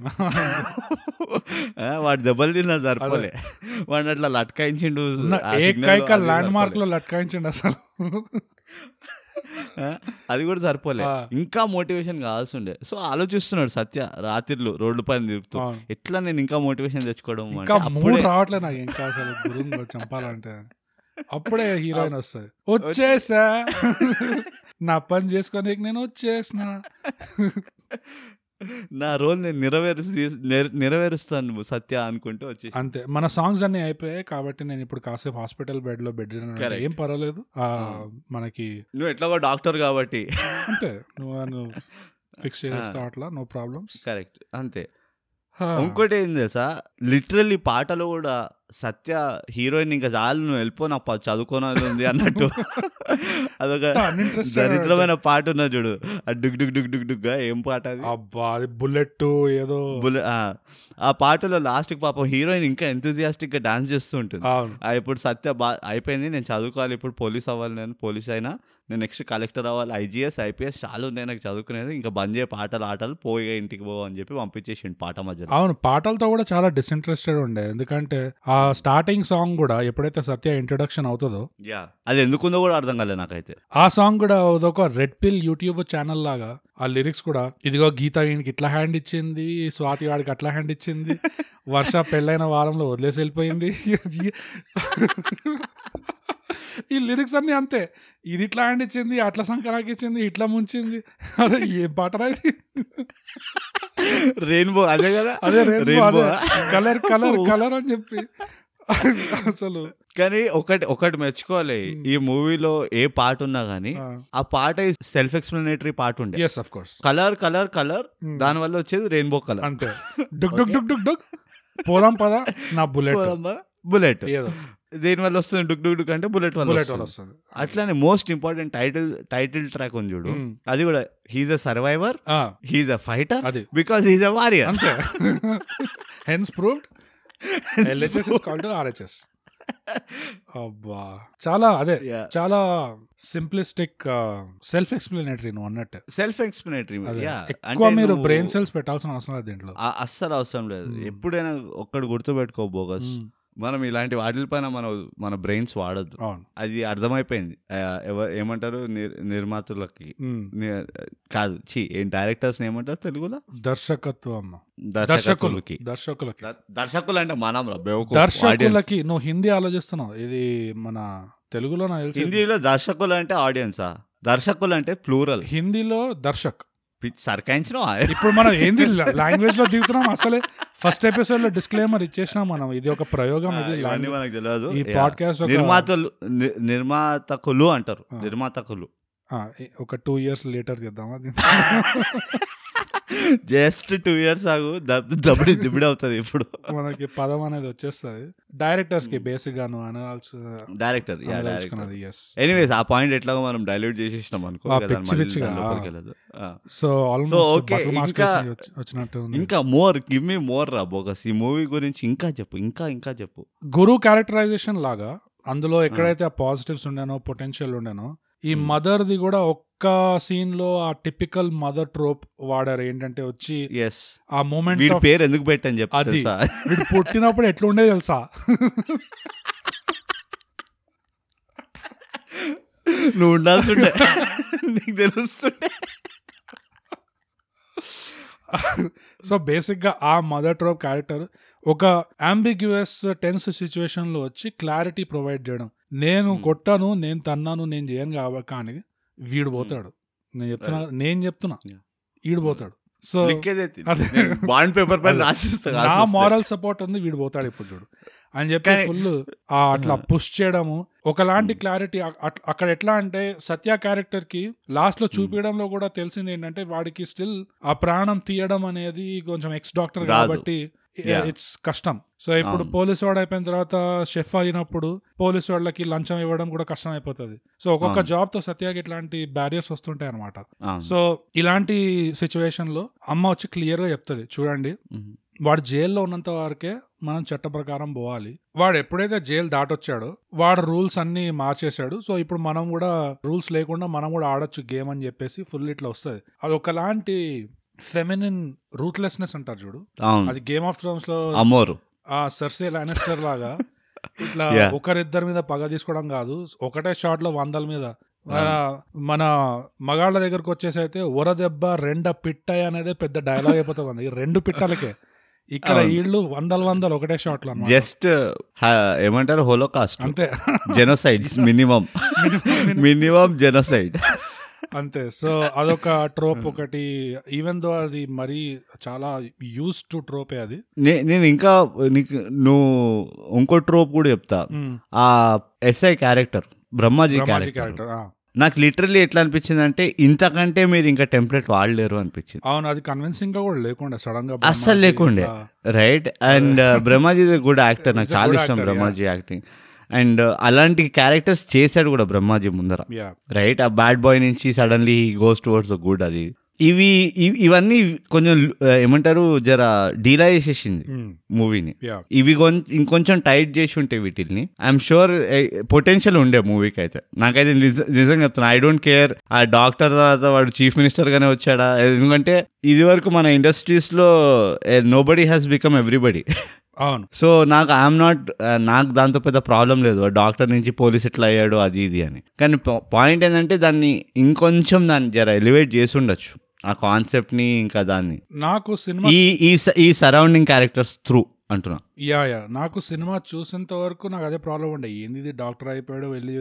ఆ, వాడు దెబ్బలు తిన్నా సరిపోలే వాడిని అట్లా లట్కాయించిండు
ఉన్న
ఆ సిగ్నల్
ఏకైక
అది
ల్యాండ్ మార్క్ లో
సరిపోలే.
లట్కాయించండి అసలు
ఆ, అది కూడా సరిపోలే
ఆ.
ఇంకా మోటివేషన్ కావాల్సి ఉండే సో ఆలోచిస్తున్నాడు సత్య రాత్రిలు రోడ్డు పైన తిరుగుతూ
అవును.
ఎట్లా నేను ఇంకా మోటివేషన్ తెచ్చుకోవడం అంటే
ఇంకా మూడు
అప్పుడే
రావట్లే నాకు ఇంకా అసలు గురువు చంపాలంటే అప్పుడే హీరోయిన్ వస్తుంది వచ్చేసా నా పని చేసుకోనీకి నేను వచ్చేసిన
నా రోల్ నేను నెరవేరు నెరవేరుస్తాను సత్య అనుకుంటూ వచ్చేసి
అంతే మన సాంగ్స్ అన్ని అయిపోయాయి కాబట్టి నేను ఇప్పుడు కాసేపు హాస్పిటల్ బెడ్ లో బెడ్
Correct.
ఏం పర్వాలేదు ఆ, మనకి
నువ్వు ఎట్లాగో డాక్టర్ కాబట్టి
అంతే నువ్వు నువ్వు ఫిక్స్ చేస్తావు అట్లా నో ప్రాబ్లమ్స్
కరెక్ట్ అంతే ఇంకోటి ఏం తెలుసా లిటరల్లీ పాటలో కూడా సత్య హీరోయిన్ ఇంకా చాలు నువ్వు వెళ్ళిపో నాకు ప- చదువుకోనాలి ఉంది అన్నట్టు అదొక
uninterested
దరిద్రమైన పాట ఉన్నది చూడు ఆ డుగ్ డుగ్ డుగ్ డుగ్ డుగ్గా ఏం పాట అది
అబ్బా అది బుల్లెట్ ఏదో
బుల్ల- ఆ, ఆ పాటలో లాస్ట్ పాపం హీరోయిన్ ఇంకా enthusiastic గా డాన్స్ చేస్తూ ఉంటుంది
అవును
ఆ, ఇప్పుడు సత్య బా అయిపోయింది నేను చదువుకోవాలి ఇప్పుడు పోలీస్ అవ్వాలి నేను పోలీస్ అయినా నేను నెక్స్ట్ కలెక్టర్ అవ్వాలి ఐజీఎస్ ఐపీఎస్ చాలా ఉన్నాయి నాకు చదువుకునేది ఇంకా బంద్ చేయ పాటలు ఆటలు పోయి ఇంటికి పో అని చెప్పి పంపించేసిండు పాట మధ్యలో
అవును పాటలతో కూడా చాలా డిసింట్రెస్టెడ్ ఉండే ఎందుకంటే ఆ స్టార్టింగ్ సాంగ్ కూడా ఎప్పుడైతే సత్య ఇంట్రొడక్షన్ అవుతుందో
యా అది ఎందుకుందో కూడా అర్థం కాలేదు నాకైతే
ఆ సాంగ్ కూడా అదొక రెడ్ పిల్ యూట్యూబ్ ఛానల్ లాగా ఆ లిరిక్స్ కూడా ఇదిగో గీత వీనికి ఇట్లా హ్యాండ్ ఇచ్చింది స్వాతి వాడికి అట్లా హ్యాండ్ ఇచ్చింది వర్ష పెళ్ళైన వారంలో వదిలేసి వెళ్ళిపోయింది ఈ లిరిక్స్ అన్నీ అంతే ఇది ఇట్లా హ్యాండ్ ఇచ్చింది అట్లా సంకరాకి ఇచ్చింది ఇట్లా ముంచింది అరే ఏ పాటరా ఇది
రెయిన్బో అదే కదా
అదే రెయిన్బో అదే
Rainbow.
కలర్ కలర్ కలర్ అని చెప్పి అసలు
కానీ ఒకటి ఒకటి మెచ్చుకోవాలి
Hmm.
ఈ మూవీలో ఏ పాట ఉన్నా కానీ ఆ పాట సెల్ఫ్ ఎక్స్ప్లెనేటరీ పాట ఉండే
yes of course
colour colour colour దాని వల్ల వచ్చేది రెయిన్బో కలర్
అంతే డుక్ డుక్ డుక్ డుక్ డుక్ పోదాం పదా నా బుల్లెట్
బుల్లెట్
ఏదో
దీని వల్ల వస్తుంది డుక్ డుక్ డుక్ అంటే బుల్లెట్ వల్ల
బుల్లెట్ వాళ్ళు
వస్తుంది.
వస్తుంది
అట్లానే most important title title track ఉంది చూడు
Hmm.
అది కూడా హీజ్ అ సర్వైవర్
ఆ,
హీజ్ అ ఫైటర్
అది
బికాస్ హీజ్ అ వారియర్
అంతే hence proved LHS is called RHS అబ్బా చాలా అదే చాలా సింప్లిస్టిక్ సెల్ఫ్ ఎక్స్ప్లెనేటరీ నువ్వు అన్నట్టు
సెల్ఫ్ ఎక్స్ప్లెనేటరీ
అదే. ఎక్కువ మీరు బ్రెయిన్ సెల్స్ పెట్టాల్సిన అవసరం లేదు దీంట్లో
అస్సలు అవసరం లేదు
Hmm.
ఎప్పుడైనా ఒక్కడు గుర్తుపెట్టుకో బోగస్
ఉమ్,
మనం ఇలాంటి వాటిపైన మన మన బ్రెయిన్స్ వాడద్దు
అవును
అది అర్థమైపోయింది ఆ, ఎవ- ఏమంటారు నిర్- నిర్మాతలకి
ఉమ్,
ని- కాదు ఛీ ఏం డైరెక్టర్స్ ఏమంటారు తెలుగులో
దర్శకత్వం దర్శకులు
దర్శకులకి
దర్శకులకి
దర్- దర్శకులు అంటే మనం రా, బేవకూఫ్, audience.
దర్శకులకి నువ్వు హిందీ ఆలోచిస్తున్నావు ఇది మన తెలుగులో నాకు తెలిసి
హిందీలో దర్శకులు అంటే ఆడియన్సా దర్శకులు అంటే ప్లూరల్
హిందీలో దర్శక్
సర్కాయించిన
ఇప్పుడు మనం ఏంది లాంగ్వేజ్ లో దిగుతున్నాం అసలే ఫస్ట్ ఎపిసోడ్ లో డిస్క్లైమర్ ఇచ్చేసినాం మనం ఇది ఒక ప్రయోగం ఇది
ఇవన్నీ
language.
మనకు తెలియదు
ఈ
Yeah.
పాడ్కాస్ట్ ఒక-
నిర్మాతలు ని- నిర్మాతకులు అంటారు
ఆ.
నిర్మాతకులు
ఆ, ఆ, ఏ- ఒక టూ ఇయర్స్ లేటర్ చేద్దామా దీన్ని?
జస్ట్ టూ ఇయర్స్ ఆగు దబ్- దబిడి దిబిడి అవుతుంది ఇప్పుడు
మనకి పదం అనేది వచ్చేస్తుంది డైరెక్టర్స్ కి బేసిక్ గా నువ్వు అనాల్సిన
డైరెక్టర్ యా డైరెక్టర్
అనాలించుకున్నది ఎస్
ఎనీవేస్ ఆ పాయింట్ ఎట్లాగో మనం డైల్యూట్ చేసేసినాం అనుకో
ఆ,
కదా,
పిచ్చి
మళ్ళీ
పిచ్చిగా,
దాని
ఆ.
లోపలికి వెళ్ళదు. ఆ.
So almost
So, okay,
okay
ఇంకా-
వచ్చినట్టు ఉంది
ఇంకా మోర్ గివ్ మీ మోర్ రా బోకస్ ఈ మూవీ గురించి ఇంకా చెప్పు ఇంకా ఇంకా చెప్పు
గురు క్యారెక్టరైజేషన్ లాగా అందులో ఎక్కడైతే ఆ పాజిటివ్స్ ఉండేనో పొటెన్షియల్ ఉండేనో ఈ
Hmm.
మదర్ ది కూడా ఒక్క సీన్ లో ఆ టిపికల్ మదర్ ట్రోప్ వాడారు ఏంటంటే వచ్చి
ఎస్
ఆ మూమెంట్
వీడి పేరు ఎందుకు పెట్టని చెప్పు
అది.
తెలుసా
వీడు పుట్టినప్పుడు ఎట్లుండే తెలుసా
నువ్వు ఉండాల్సిండే నీకు తెలుస్తుండే
సో బేసిక్ గా ఆ మదర్ ట్రోప్ క్యారెక్టర్ ఒక అంబిగ్యుయస్ టెన్స్ సిచ్యువేషన్ లో వచ్చి క్లారిటీ ప్రొవైడ్ చేయడం నేను
Hmm.
కొట్టాను నేను తన్నాను నేను చేయను కాబట్టి కానీ వీడు పోతాడు నేను చెప్తున్నా నేను చెప్తున్నా
Hmm. Yeah. Hmm.
వీడు పోతాడు సో అదే.
బాండ్ పేపర్ పైన
అదే.
రాసిస్తా
నా
రాసిస్తా.
మోరల్ సపోర్ట్ ఉంది వీడు పోతాడు ఇప్పుడు చూడు అని చెప్పి
కానీ-
ఫుల్ అట్లా పుష్ చేయడము ఒకలాంటి క్లారిటీ అక్కడ ఎట్లా అంటే సత్య క్యారెక్టర్ కి లాస్ట్ లో చూపించడంలో కూడా తెలిసింది ఏంటంటే వాడికి స్టిల్ ఆ ప్రాణం తీయడం అనేది కొంచెం ఎక్స్ డాక్టర్
రాదు.
కాబట్టి
Yeah.
ఇట్స్ కష్టం సో ఇప్పుడు
అవును.
పోలీస్ వాడు అయిపోయిన తర్వాత షెఫ్ అయినప్పుడు పోలీస్ వాళ్ళకి లంచం ఇవ్వడం కూడా కష్టం అయిపోతుంది సో ఒక్కొక్క
అవును.
జాబ్ తో సత్యాకి ఇట్లాంటి బ్యారియర్స్ వస్తుంటాయి అనమాట
ఆ.
సో ఇలాంటి సిచ్యువేషన్ లో అమ్మ వచ్చి క్లియర్ గా చెప్తుంది చూడండి
ఉమ్.
వాడు జైల్లో ఉన్నంత వరకే మనం చట్ట ప్రకారం పోవాలి వాడు ఎప్పుడైతే జైలు దాటొచ్చాడో వాడు రూల్స్ అన్ని మార్చేశాడు సో ఇప్పుడు మనం కూడా రూల్స్ లేకుండా మనం కూడా ఆడొచ్చు గేమ్ అని చెప్పేసి ఫుల్ ఇట్లా వస్తుంది అది ఒకలాంటి ఫెమినిన్ రూట్లెస్నెస్ అంటారు చూడు
అవును
అది గేమ్ ఆఫ్ థ్రోన్స్ లో
అమోరు
ఆ సర్సే లానెస్టర్ లాగా ఇట్లా
Yeah.
ఒకరిద్దరి మీద పగ తీసుకోవడం కాదు ఒకటే షాట్ లో వందల మీద మన మన మగాళ్ళ దగ్గరకు వచ్చేసి అయితే ఒరదెబ్బ రెండ పిట్టాయి అనేది పెద్ద డైలాగ్ అయిపోతుంది మనది. ఈ రెండు పిట్టలకే ఇక్కడ
అవును.
వీళ్ళు వందల వందలు ఒకటే షాట్ లో అన్నమాట.
జస్ట్ ఏమంటారు హోలోకాస్ట్
అంతే
జెనోసైడ్స్ మినిమం మినిమం జెనోసైడ్
అంతే సో అదొక ట్రోప్ ఒకటి ఈవెన్ దో అది మరీ చాలా యూస్ టు ట్రోపే అది
నేను ఇంకా నీకు నువ్వు ఇంకో ట్రోప్ కూడా చెప్తా
Hmm.
ఆ SI character Brahmaji
Ramaji
character
character
నాకు లిటరల్లీ ఎట్లా అనిపించింది అంటే ఇంతకంటే మీరు ఇంకా టెంప్లెట్ వాడలేరు అనిపించింది
అవును అది కన్విన్సింగ్ గా కూడా లేకుండా సడన్ గా
అస్సలు
బ్రహ్మాజీ
లేకుండే
ఇట్లా-
right and Brahmaji is good actor నాకు
He's a
చాలా
good
ఇష్టం
actor,
బ్రహ్మాజీ యాక్టింగ్ అండ్ అలాంటి క్యారెక్టర్స్ చేశాడు కూడా బ్రహ్మాజీ ముందర
యా
రైట్ ఆ బ్యాడ్ బాయ్ నుంచి suddenly goes towards the good అది ఇవి ఇ- ఇవన్నీ కొంచెం ఆ, ఏమంటారు జర డీలా చేసేసింది మూవీని
యా
ఇవి కొం ఇంకొంచెం టైట్ చేసి ఉంటే వీటిల్ని ఐఎమ్ షూర్ పొటెన్షియల్ ఉండే మూవీకి అయితే నాకైతే నిజ- నిజంగా చెప్తున్నా ఐ డోంట్ కేర్ ఆ డాక్టర్ తర్వాత వాడు చీఫ్ మినిస్టర్ గానే వచ్చాడా ఎందుకంటే ఇది వరకు మన ఇండస్ట్రీస్ లో nobody has become everybody
అవును
సో నాకు ఐఎమ్ నాట్ నాకు దాంతో పెద్ద ప్రాబ్లం లేదు ఆ డాక్టర్ నుంచి పోలీస్ ఇట్లా అయ్యాడు అది ఇది అని కానీ పాయింట్ ఏంటంటే దాన్ని ఇంకొంచెం దాన్ని జర ఎలివేట్ చేసి ఉండొచ్చు ఆ కాన్సెప్ట్ని ఇంకా దాన్ని
నాకు సినిమా
ఈ ఈ స- ఈ సరౌండింగ్ క్యారెక్టర్స్ త్రూ అంటున్నా
యా యా నాకు సినిమా చూసేంత వరకు నాకు అదే ప్రాబ్లం ఉండే ఏంది ఇది డాక్టర్ అయిపోయాడు వెళ్ళి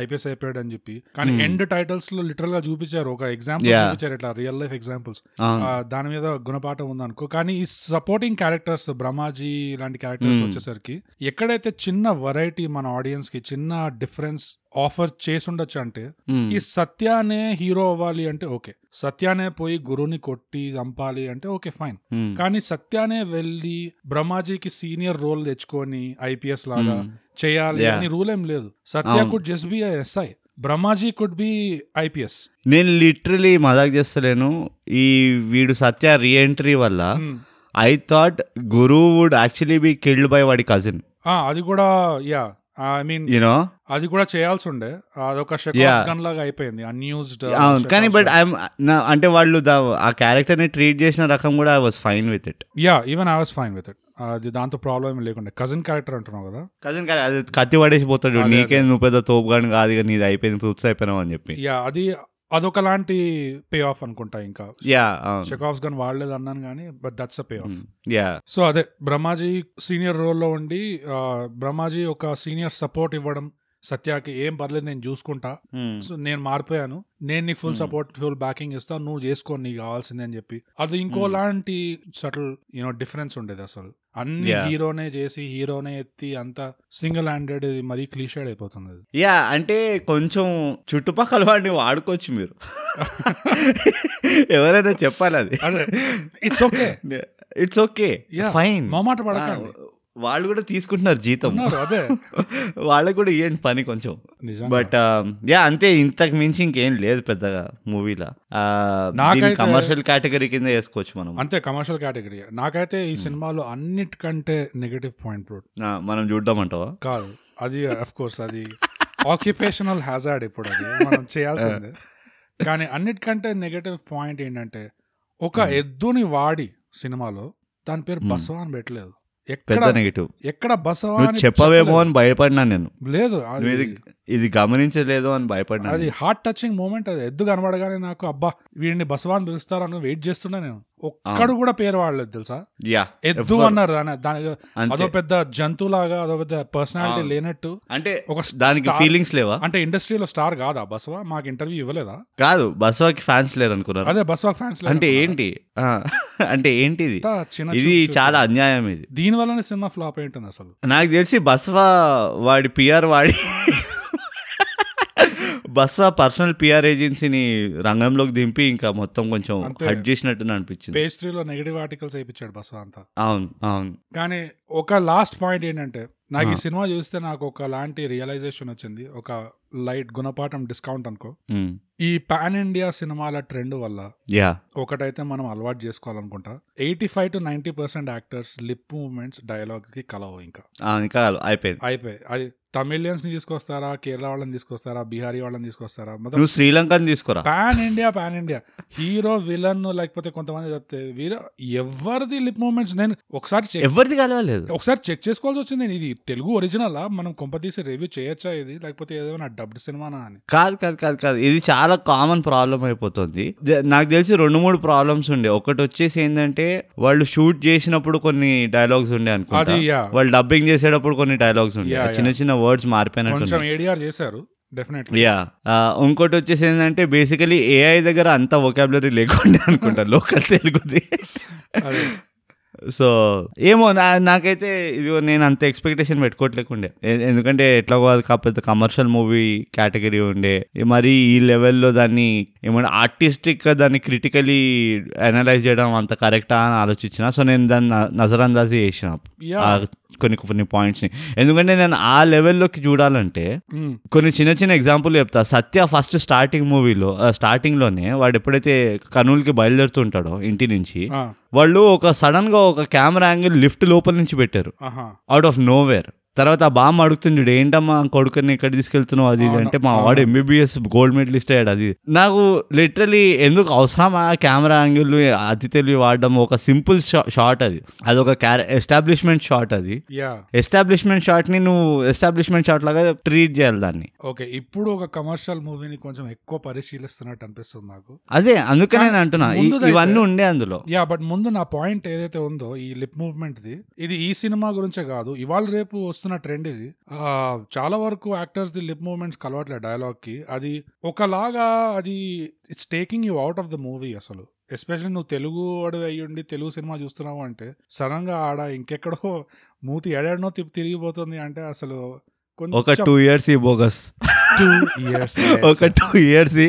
ఐపీఎస్ అయిపోయాడు అని చెప్పి కానీ
Hmm.
ఎండ్ టైటిల్స్ లో లిటరల్ గా చూపించారు ఒక ఎగ్జాంపుల్
Yeah.
చూపించారు ఇట్లా రియల్ లైఫ్ ఎగ్జాంపుల్స్
అవును.
దాని మీద గుణపాఠం ఉందనుకో కానీ ఈ సపోర్టింగ్ క్యారెక్టర్స్ బ్రహ్మాజీ లాంటి క్యారెక్టర్స్
Hmm.
వచ్చేసరికి ఎక్కడైతే చిన్న వెరైటీ మన ఆడియన్స్ కి చిన్న డిఫరెన్స్ ఆఫర్ చేసి ఉండొచ్చు అంటే
మ్మ్.
ఈ సత్యానే హీరో అవ్వాలి అంటే ఓకే సత్యానే పోయి గురుని కొట్టి చంపాలి అంటే ఓకే ఫైన్
మ్మ్.
కానీ సత్యానే వెళ్ళి బ్రహ్మాజీకి సీనియర్ రోల్ తెచ్చుకొని ఐపీఎస్ లాగా
మ్మ్.
చేయాలి
Yeah.
అని రూల్ ఏం లేదు సత్య
అవును.
Could just be SI Brahmaji could be IPS
నేను లిటరలీ మజాక్ చేస్తలేను ఈ వీడు సత్య రీఎంట్రీ వల్ల I thought Guru would actually be killed by వాడి కజిన్
అది కూడా యా ఐ మీన్
యూనో
అది కూడా చేయాల్సి ఉండే అదొక
Yeah.
షెకాస్ గన్ లాగా అయిపోయింది uh, అన్యూజ్డ్
అవును కానీ బట్ ఐఎమ్ అంటే వాళ్ళు దా- ఆ క్యారెక్టర్ని ట్రీట్ చేసిన రకం కూడా I was fine with it
yeah even I was fine with it అది దాంతో ప్రాబ్లం లేకుండా కజిన్ క్యారెక్టర్ అంటున్నావు కదా
కజిన్ కానీ అది కత్తి పడేసి పోతాడు
అదే,
నీకే నువ్వు పెద్ద తోపుగాని కాదు ఇక నీది అయిపోయింది పూర్తి అయిపోయినావు అని చెప్పి
యా అది అదొక లాంటి పే ఆఫ్ అనుకుంటా ఇంకా
యా
షెకాఫ్స్ గన్ వాడలేదు అన్నాను కానీ but that's a pay
Hmm.
Off
yeah
so అదే బ్రహ్మాజీ సీనియర్ రోల్లో ఉండి ఆ, బ్రహ్మాజీ ఒక సీనియర్ సపోర్ట్ ఇవ్వడం సత్యాకి ఏం పర్లేదు నేను చూసుకుంటా సో నేను మారిపోయాను నేను నీకు full
Hmm.
Support full backing ఇస్తాను నువ్వు చేసుకో నీకు కావాల్సిందే అని చెప్పి అది ఇంకో
Hmm.
లాంటి సటిల్ యూనో డిఫరెన్స్ ఉండేది అసలు అన్ని
Yeah.
హీరోనే చేసి హీరోనే ఎత్తి అంతా సింగిల్ హ్యాండెడ్ ఇది మరీ క్లీషేడ్ అయిపోతుంది అది
యా అంటే కొంచెం చుట్టుపక్కల వాడిని వాడుకోవచ్చు మీరు ఎవరైనా చెప్పాలి అది
అదే. It's okay
it's okay
Yeah.
Fine
మొమాట పడకండి
వాళ్ళు కూడా తీసుకుంటున్నారు జీతం
ఉన్నారు, అదే
వాళ్ళకు కూడా ఇవ్వండి పని కొంచెం
నిజంగా
బట్ యా అంతే ఇంతకు మించి ఇంకేం లేదు పెద్దగా మూవీలో
నాకైతే-
కమర్షియల్ కేటగిరీ కింద వేసుకోవచ్చు మనం
అంతే కమర్షియల్ కేటగిరీ నాకైతే ఈ సినిమాలో అన్నిటికంటే నెగటివ్ పాయింట్ బ్రో
ఆ, మనం చూద్దామంటావా
కాదు అది అఫ్ కోర్స్ అది ఆక్యుపేషనల్ హ్యాజార్డ్ ఇప్పుడు అది మనం చేయాల్సిందే కానీ అన్నిటికంటే నెగటివ్ పాయింట్ ఏంటంటే ఒక
Hmm.
ఎద్దుని వాడి సినిమాలో దాని పేరు
Hmm.
బసవా అని పెట్టలేదు
పెద్ద
ఎక్కడ
నెగిటివ్
ఎక్కడ బసవా
నువ్వు
అని
చెప్పవేమో
చెప్పలేదు.
అని భయపడినా నేను
లేదు
నువ్వు ఇది
అది
ఇది గమనించలేదు అని భయపడినా
అది
నేను.
హార్ట్ టచింగ్ మూమెంట్ అది ఎద్దు కనబడగానే నాకు అబ్బా వీడిని బసవాన్ పిలుస్తారని వెయిట్ చేస్తున్నా నేను ఒక్కడు కూడా పేరు వాడలేదు తెలుసా
యా
ఎద్దు
ఎవ్వరు.
అన్నారు దాని దాని అదో
అంతే
పెద్ద జంతువులాగా అదో పెద్ద పర్సనాలిటీ
ఆ.
లేనట్టు
అంటే
ఒక
దానికి
star-
ఫీలింగ్స్ లేవా
అంటే ఇండస్ట్రీలో స్టార్ కాదా బసవా మాకు ఇంటర్వ్యూ ఇవ్వలేదా
కాదు బస్వాకి ఫ్యాన్స్ లేరు అనుకున్నారు
అదే బసవా ఫ్యాన్స్
అంటే ఏంటి ఆ, అంటే ఏంటి ఇది
చిన్న
ఇది చాలా అన్యాయం ఇది
దీని వల్లనే సినిమా ఫ్లాప్ ఏంటుంది అసలు
నాకు తెలిసి బస్వా వాడి పిఆర్ వాడి బస్వా పర్సనల్ పిఆర్ ఏజెన్సీని రంగంలోకి దింపి ఇంకా మొత్తం కొంచెం
అంతే.
హట్ చేసినట్టు అనిపించింది
పేజ్ త్రీలో నెగిటివ్ ఆర్టికల్స్ వేయించాడు బసవా అంతా
అవును అవును
కానీ ఒక లాస్ట్ పాయింట్ ఏంటంటే నాకు ఈ
ఆ.
సినిమా చూస్తే నాకు ఒకలాంటి రియలైజేషన్ వచ్చింది ఒక లైట్ గుణపాఠం డిస్కౌంట్ అనుకో
ఉమ్,
ఈ పాన్ ఇండియా సినిమాల ట్రెండ్ వల్ల
యా
ఒకటైతే మనం అలవాటు చేసుకోవాలనుకుంటా eighty five to ninety percent actors lip moments డైలాగ్కి కలవు ఇంకా
ఆ, ఇంకా అయిపోయింది
అయిపోయి అది తమిళియన్స్ని తీసుకొస్తారా కేరళ వాళ్ళని తీసుకొస్తారా బీహారీ వాళ్ళని తీసుకొస్తారా మొత్తం
నువ్వు శ్రీలంకని తీసుకురా
pan India pan India hero villain లేకపోతే కొంతమంది చెప్తే వీరో ఎవరిది లిప్ మూమెంట్స్ నేను ఒకసారి చెక్
ఎవరిది కలవలేదు
ఒకసారి చెక్ చేసుకోవాల్సి వచ్చింది నేను ఇది తెలుగు ఒరిజినలా మనం కొంపతీసి రివ్యూ చేయొచ్చా ఇది లేకపోతే ఏదైనా డబ్డ్ సినిమానా అని
కాదు కాదు కాదు కాదు ఇది చాలా కామన్ ప్రాబ్లం అయిపోతుంది ద- నాకు తెలిసి రెండు మూడు ప్రాబ్లమ్స్ ఉండే ఒకటి వచ్చేసి ఏంటంటే వాళ్ళు షూట్ చేసినప్పుడు కొన్ని డైలాగ్స్ ఉండే అనుకుంటా
అది యా
వాళ్ళు డబ్బింగ్ చేసేటప్పుడు కొన్ని డైలాగ్స్ ఉండే
Yeah,
ఆ చిన్న
yeah.
చిన్న వర్డ్స్
కొంచెం
మారిపోయినట్టు
ఏడిఆర్ చేశారు డెఫినెట్లీ
యా ఇంకోటి వచ్చేసి ఏంటంటే బేసికలీ ఏఐ దగ్గర అంత వొకాబులరీ లేకుండా అనుకుంటా లోకల్ తెలుగుది
అదే.
సో ఏమో నా- నాకైతే ఇది నేను అంత ఎక్స్పెక్టేషన్ పెట్టుకోవట్లేకుండే ఎ- ఎందుకంటే ఎట్లా కాదు కాకపోతే కమర్షియల్ మూవీ కేటగిరీ ఉండే మరి ఈ లెవెల్లో దాన్ని ఏమన్నా ఆర్టిస్టిక్గా దాన్ని క్రిటికలీ అనలైజ్ చేయడం అంత కరెక్టా అని ఆలోచించిన సో నేను దాన్ని న- నజరందాజీ చేసిన
యా
ఆ కొన్ని కొన్ని పాయింట్స్ని ఎందుకంటే నేను ఆ లెవెల్లోకి చూడాలంటే
ఉమ్,
కొన్ని చిన్న చిన్న ఎగ్జాంపుల్ చెప్తా సత్య ఫస్ట్ స్టార్టింగ్ మూవీలో స్టార్టింగ్లోనే వాడు ఎప్పుడైతే కర్నూలుకి బయలుదేరుతుంటాడో ఇంటి నుంచి
ఆ,
వాళ్ళు ఒక సడన్ గా ఒక కెమెరా యాంగిల్ లిఫ్ట్ లోపల నుంచి పెట్టారు
అహా.
అవుట్ ఆఫ్ నోవేర్ తర్వాత ఆ బామ్మ అడుగుతుండడు ఏంటమ్మా కొడుకుని ఎక్కడ తీసుకెళ్తున్నావు అది ఇది
అవును,
అంటే మా వాడు
అవును.
ఎంబీబీఎస్ గోల్డ్ మెడలిస్ట్ అయ్యాడు అది నాకు లిటరలీ ఎందుకు అవసరమా ఆ కెమెరా యాంగిల్ అతి తెలివి వాడడం ఒక సింపుల్ షాట్ అది అది ఒక ఎస్టాబ్లిష్మెంట్ షాట్ అది
యా
ఎస్టాబ్లిష్మెంట్ షాట్ని నువ్వు ఎస్టాబ్లిష్మెంట్ షాట్ లాగా ట్రీట్ చేయాలి దాన్ని
ఓకే ఇప్పుడు ఒక కమర్షియల్ మూవీని కొంచెం ఎక్కువ పరిశీలిస్తున్నట్టు అనిపిస్తుంది నాకు
అదే అందుకనే నేను అంటున్నా ఈ-
ముందుదైతే-
ఇవన్నీ ఉండే అందులో
యా బట్ ముందు నా పాయింట్ ఏదైతే ఉందో ఈ లిప్ మూవ్మెంట్ ది ఇది ఈ సినిమా గురించే కాదు ఇవాళ రేపు వస్తున్న ట్రెండ్ ఇది ఆ, చాలా వరకు యాక్టర్స్ ది లిప్ మూవ్మెంట్స్ కలవట్లే డైలాగ్ కి అది ఒకలాగా అది it's taking you out of the movie అసలు ఎస్పెషల్లీ నువ్వు తెలుగు వాడు అయ్యుండి తెలుగు సినిమా చూస్తున్నావు అంటే సడన్ గా ఆడ ఇంకెక్కడో మూతి ఎడాడనో తిప్పి తిరిగిపోతుంది అంటే అసలు
ఒక
కొంచెం
టూ ఇయర్స్ ఈ బోగస్
two years late.
ఒక టూ ఇయర్స్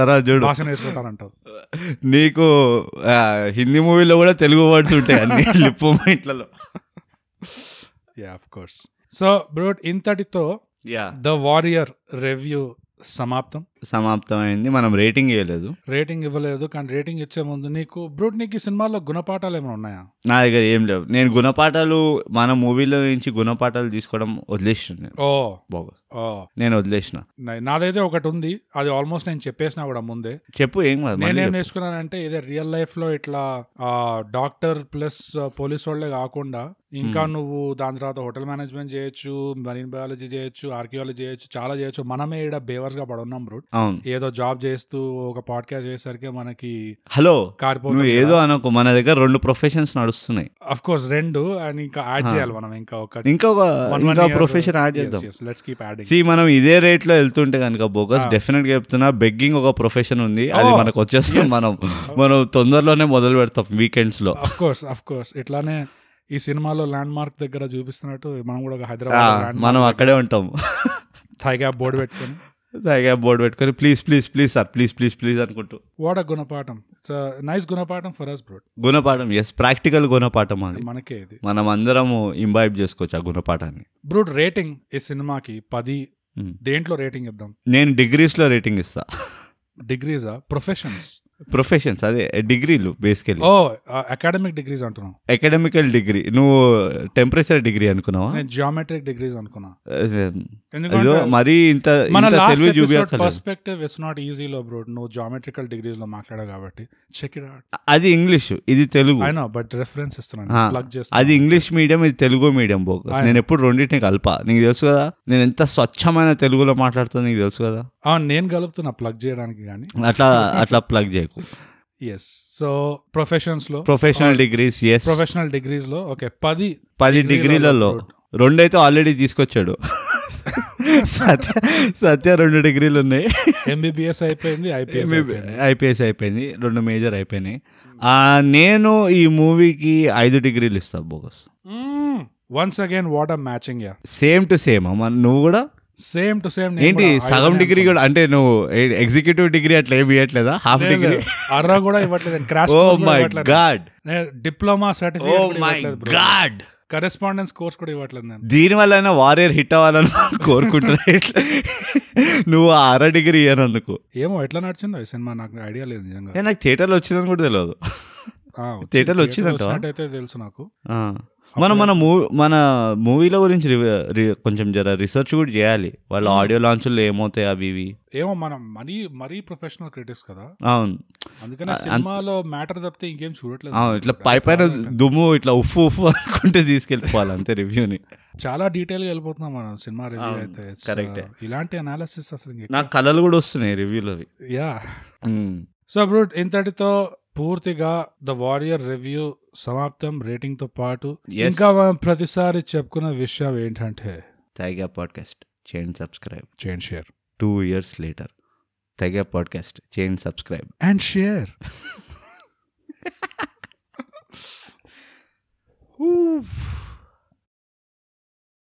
తర్వాత చూడు
భాషను వేసుకుంటానంటావు
నీకు ఆ, హిందీ మూవీలో కూడా తెలుగు వర్డ్స్ ఉంటాయి అన్ని లిప్ మూమెంట్లలో
yeah of course so bro ఇంతటితో
యా
ద వారియర్ రివ్యూ సమాప్తం
సమాప్తమైంది మనం రేటింగ్ ఇవ్వలేదు
రేటింగ్ ఇవ్వలేదు కానీ రేటింగ్ ఇచ్చే ముందు నీకు బ్రూట్ నీకు ఈ సినిమాలో గుణపాఠాలు ఏమైనా ఉన్నాయా
నా దగ్గర ఏం లేవు నేను గుణపాఠాలు మన మూవీలో నుంచి గుణపాఠాలు తీసుకోవడం వదిలేసిన నేను
ఓ
బాబు
ఓ
నేను వదిలేసిన
నా- నాదైతే ఒకటి ఉంది అది ఆల్మోస్ట్ నేను చెప్పేసిన కూడా ముందే
చెప్పు ఏం కాదు మళ్ళీ
నేనేం
చెప్పు.
నేర్చుకున్నానంటే ఇదే రియల్ లైఫ్ లో ఇట్లా డాక్టర్ ప్లస్ పోలీస్ వాళ్ళే కాకుండా ఇంకా
Hmm.
నువ్వు దాని తర్వాత హోటల్ మేనేజ్మెంట్ చేయొచ్చు మరీన్ బయాలజీ చేయొచ్చు ఆర్కియాలజీ చేయొచ్చు చాలా చేయొచ్చు మనమే ఇక్కడ బేవర్స్ గా పడున్నాం బ్రూట్
అవును
ఏదో జాబ్ చేస్తూ ఒక పాడ్కాస్ట్ చేసేసరికి మనకి
హలో నువ్వు
కారిపోతుంది
ఏదో అనుకో మన దగ్గర రెండు ప్రొఫెషన్స్ నడుస్తున్నాయి
అఫ్ కోర్స్ రెండు అండ్ ఇంకా యాడ్
Ah.
చేయాలి మనం ఇంకా ఒక
ఇంకా ఒక ఇంకా ప్రొఫెషన్ యాడ్ చేద్దాం
లెట్స్ కీప్ యాడింగ్
సి మనం ఇదే రేట్ లో వెళ్తుంటే కనుక బోగస్
ఆ.
డెఫినెట్ గా చెప్తున్నా బెగ్గింగ్ ఒక ప్రొఫెషన్ ఉంది అది
Oh,
మనకు వచ్చేస్తుంది
yes.
మనం మనం తొందరలోనే మొదలు పెడతాం వీకెండ్స్ లో
అఫ్ కోర్స్ అఫ్ కోర్స్ ఇట్లానే ఈ సినిమాలో ల్యాండ్ మార్క్ దగ్గర చూపిస్తున్నట్టు మనం కూడా ఒక
ఆ,
హైదరాబాద్ landmark
మనం
దగ్గర
అక్కడే ఉంటాం
థైగా బోర్డు పెట్టుకొని
పైగా బోర్డు పెట్టుకొని please please please sir please please please అనుకుంటూ
వాట్ అ గుణపాఠం ఇట్స్ నైస్ గుణపాఠం ఫర్ అస్ బ్రోట్
గుణపాఠం ఎస్ ప్రాక్టికల్ గుణపాఠం అది
మనకే ఇది
మనం అందరము ఇంబైబ్ చేసుకోవచ్చు ఆ గుణపాఠాన్ని
బ్రూట్ రేటింగ్ ఈ సినిమాకి పది
Hmm.
దేంట్లో రేటింగ్ ఇద్దాం
నేను డిగ్రీస్లో రేటింగ్ ఇస్తా
డిగ్రీసా ప్రొఫెషన్స్
ప్రొఫెషన్స్ అదే డిగ్రీలు బేసికలీ
ఓ అకాడమిక్ డిగ్రీస్ అంటున్నాం
అకాడమికల్ డిగ్రీ నువ్వు టెంపరేచర్ డిగ్రీ అనుకున్నావా
నేను జియోమెట్రిక్ డిగ్రీస్ అనుకున్నా
ఏదో
ఎందుకంటే
మరీ ఇంత
మన
ఇంత తెలివి
లాస్ట్
చూపించక్కర్లేదు
పర్స్పెక్టివ్ ఇట్స్ నాట్ ఈజీలో బ్రో నువ్వు జామెట్రికల్ డిగ్రీస్ లో మాట్లాడావు కాబట్టి చెక్ ఇట్ అవుట్
అది ఇంగ్లీష్ ఇది తెలుగు
అయినా బట్ రెఫరెన్స్ ఇస్తున్నాను
ఆ,
ప్లగ్
అది
చేస్తాను
ఇంగ్లీష్ మీడియం ఇది తెలుగు మీడియం బోకస్
ఆయన.
నేను ఎప్పుడు రెండింటిని కలప నీకు తెలుసు కదా నేను ఎంత స్వచ్ఛమైన తెలుగులో మాట్లాడుతాను నీకు తెలుసు కదా
ఆ, నేను కలుపుతున్నా ప్లగ్ చేయడానికి కానీ
అట్లా అట్లా ప్లగ్ చేయకు
ఎస్ సో ప్రొఫెషన్స్ లో
professional degrees yes
professional degrees లో ఓకే పది
పది
డిగ్రీలలో
డిగ్రీలలో రెండైతే ఆల్రెడీ తీసుకొచ్చాడు సత్య సత్య రెండు డిగ్రీలు ఉన్నాయి
ఎంబీబీఎస్ అయిపోయింది ఐపీఎస్
ఐపీఎస్ అయిపోయింది రెండు మేజర్ అయిపోయినాయి ఆ, నేను ఈ మూవీకి ఐదు డిగ్రీలు ఇస్తా బోగస్
వన్స్ అగైన్ వాట్ ఆ matching yeah
same to same అమ్మ నువ్వు కూడా
సేమ్ టు సేమ్
ఏంటి సగం డిగ్రీ కూడా అంటే నువ్వు ఎగ్జిక్యూటివ్ డిగ్రీ అట్లా ఏమి ఇవ్వట్లేదా హాఫ్ డిగ్రీ Oh
అర్రా కూడా ఇవ్వట్లేదు crash
oh my god
diploma
oh my
certificate
god
correspondence course కూడా ఇవ్వట్లేదు నేను
దీని వల్ల వారియర్ హిట్ అవ్వాలని కోరుకుంటున్నా ఇట్లా. నువ్వు ఆ అర డిగ్రీ ఇయ్యనందుకు
ఏమో ఎట్లా నడిచిందో ఈ సినిమా నాకు ఐడియా లేదు నిజంగా
ఏ, నాకు థియేటర్లో వచ్చిందని కూడా తెలియదు
ఆ, వచ్చింది.
థియేటర్లో
థియేటర్లో
వచ్చిందంటావా?
వచ్చినట్టయితే తెలుసు నాకు
ఆ. మనం మన మూవీ మన మూవీల గురించి రి- రి- కొంచెం జర రీసెర్చ్ కూడా చేయాలి వాళ్ళ ఆడియో లాంచ్లు ఏమవుతాయి అవి ఇవి
ఏమో మనం మరీ మరీ ప్రొఫెషనల్ క్రిటిక్స్ కదా
అవును
అందుకనే
అంత-
సినిమాలో మ్యాటర్ తప్పితే ఇంకేం చూడట్లేదు
అవును ఇట్లా పై పైన దుమ్ము ఇట్లా ఉఫ్ ఉఫ్ అనుకుంటే తీసుకెళ్ళిపోవాలి అంతే రివ్యూని
చాలా డీటెయిల్ గా వెళ్ళిపోతున్నాం మనం సినిమా రివ్యూ
అవును,
అయితే It's,
correct.
uh, ఇలాంటి అనాలిసిస్ అసలు ఇంకెక్కడ-
నాకు కళలు కూడా వస్తున్నాయి రివ్యూలు అవి
యా
ఉమ్.
సో బ్రూట్ ఇంతటితో పూర్తిగా ద వారియర్ రివ్యూ సమాప్తం రేటింగ్ తో పాటు
Yes.
ఇంకా మనం ప్రతిసారి చెప్పుకున్న విషయం ఏంటంటే
తెగ పాడ్కాస్ట్ చేయండి సబ్స్క్రైబ్
చేయండి షేర్
టూ ఇయర్స్ లేటర్ తెగ పాడ్కాస్ట్ చేయండి సబ్స్క్రైబ్
అండ్ షేర్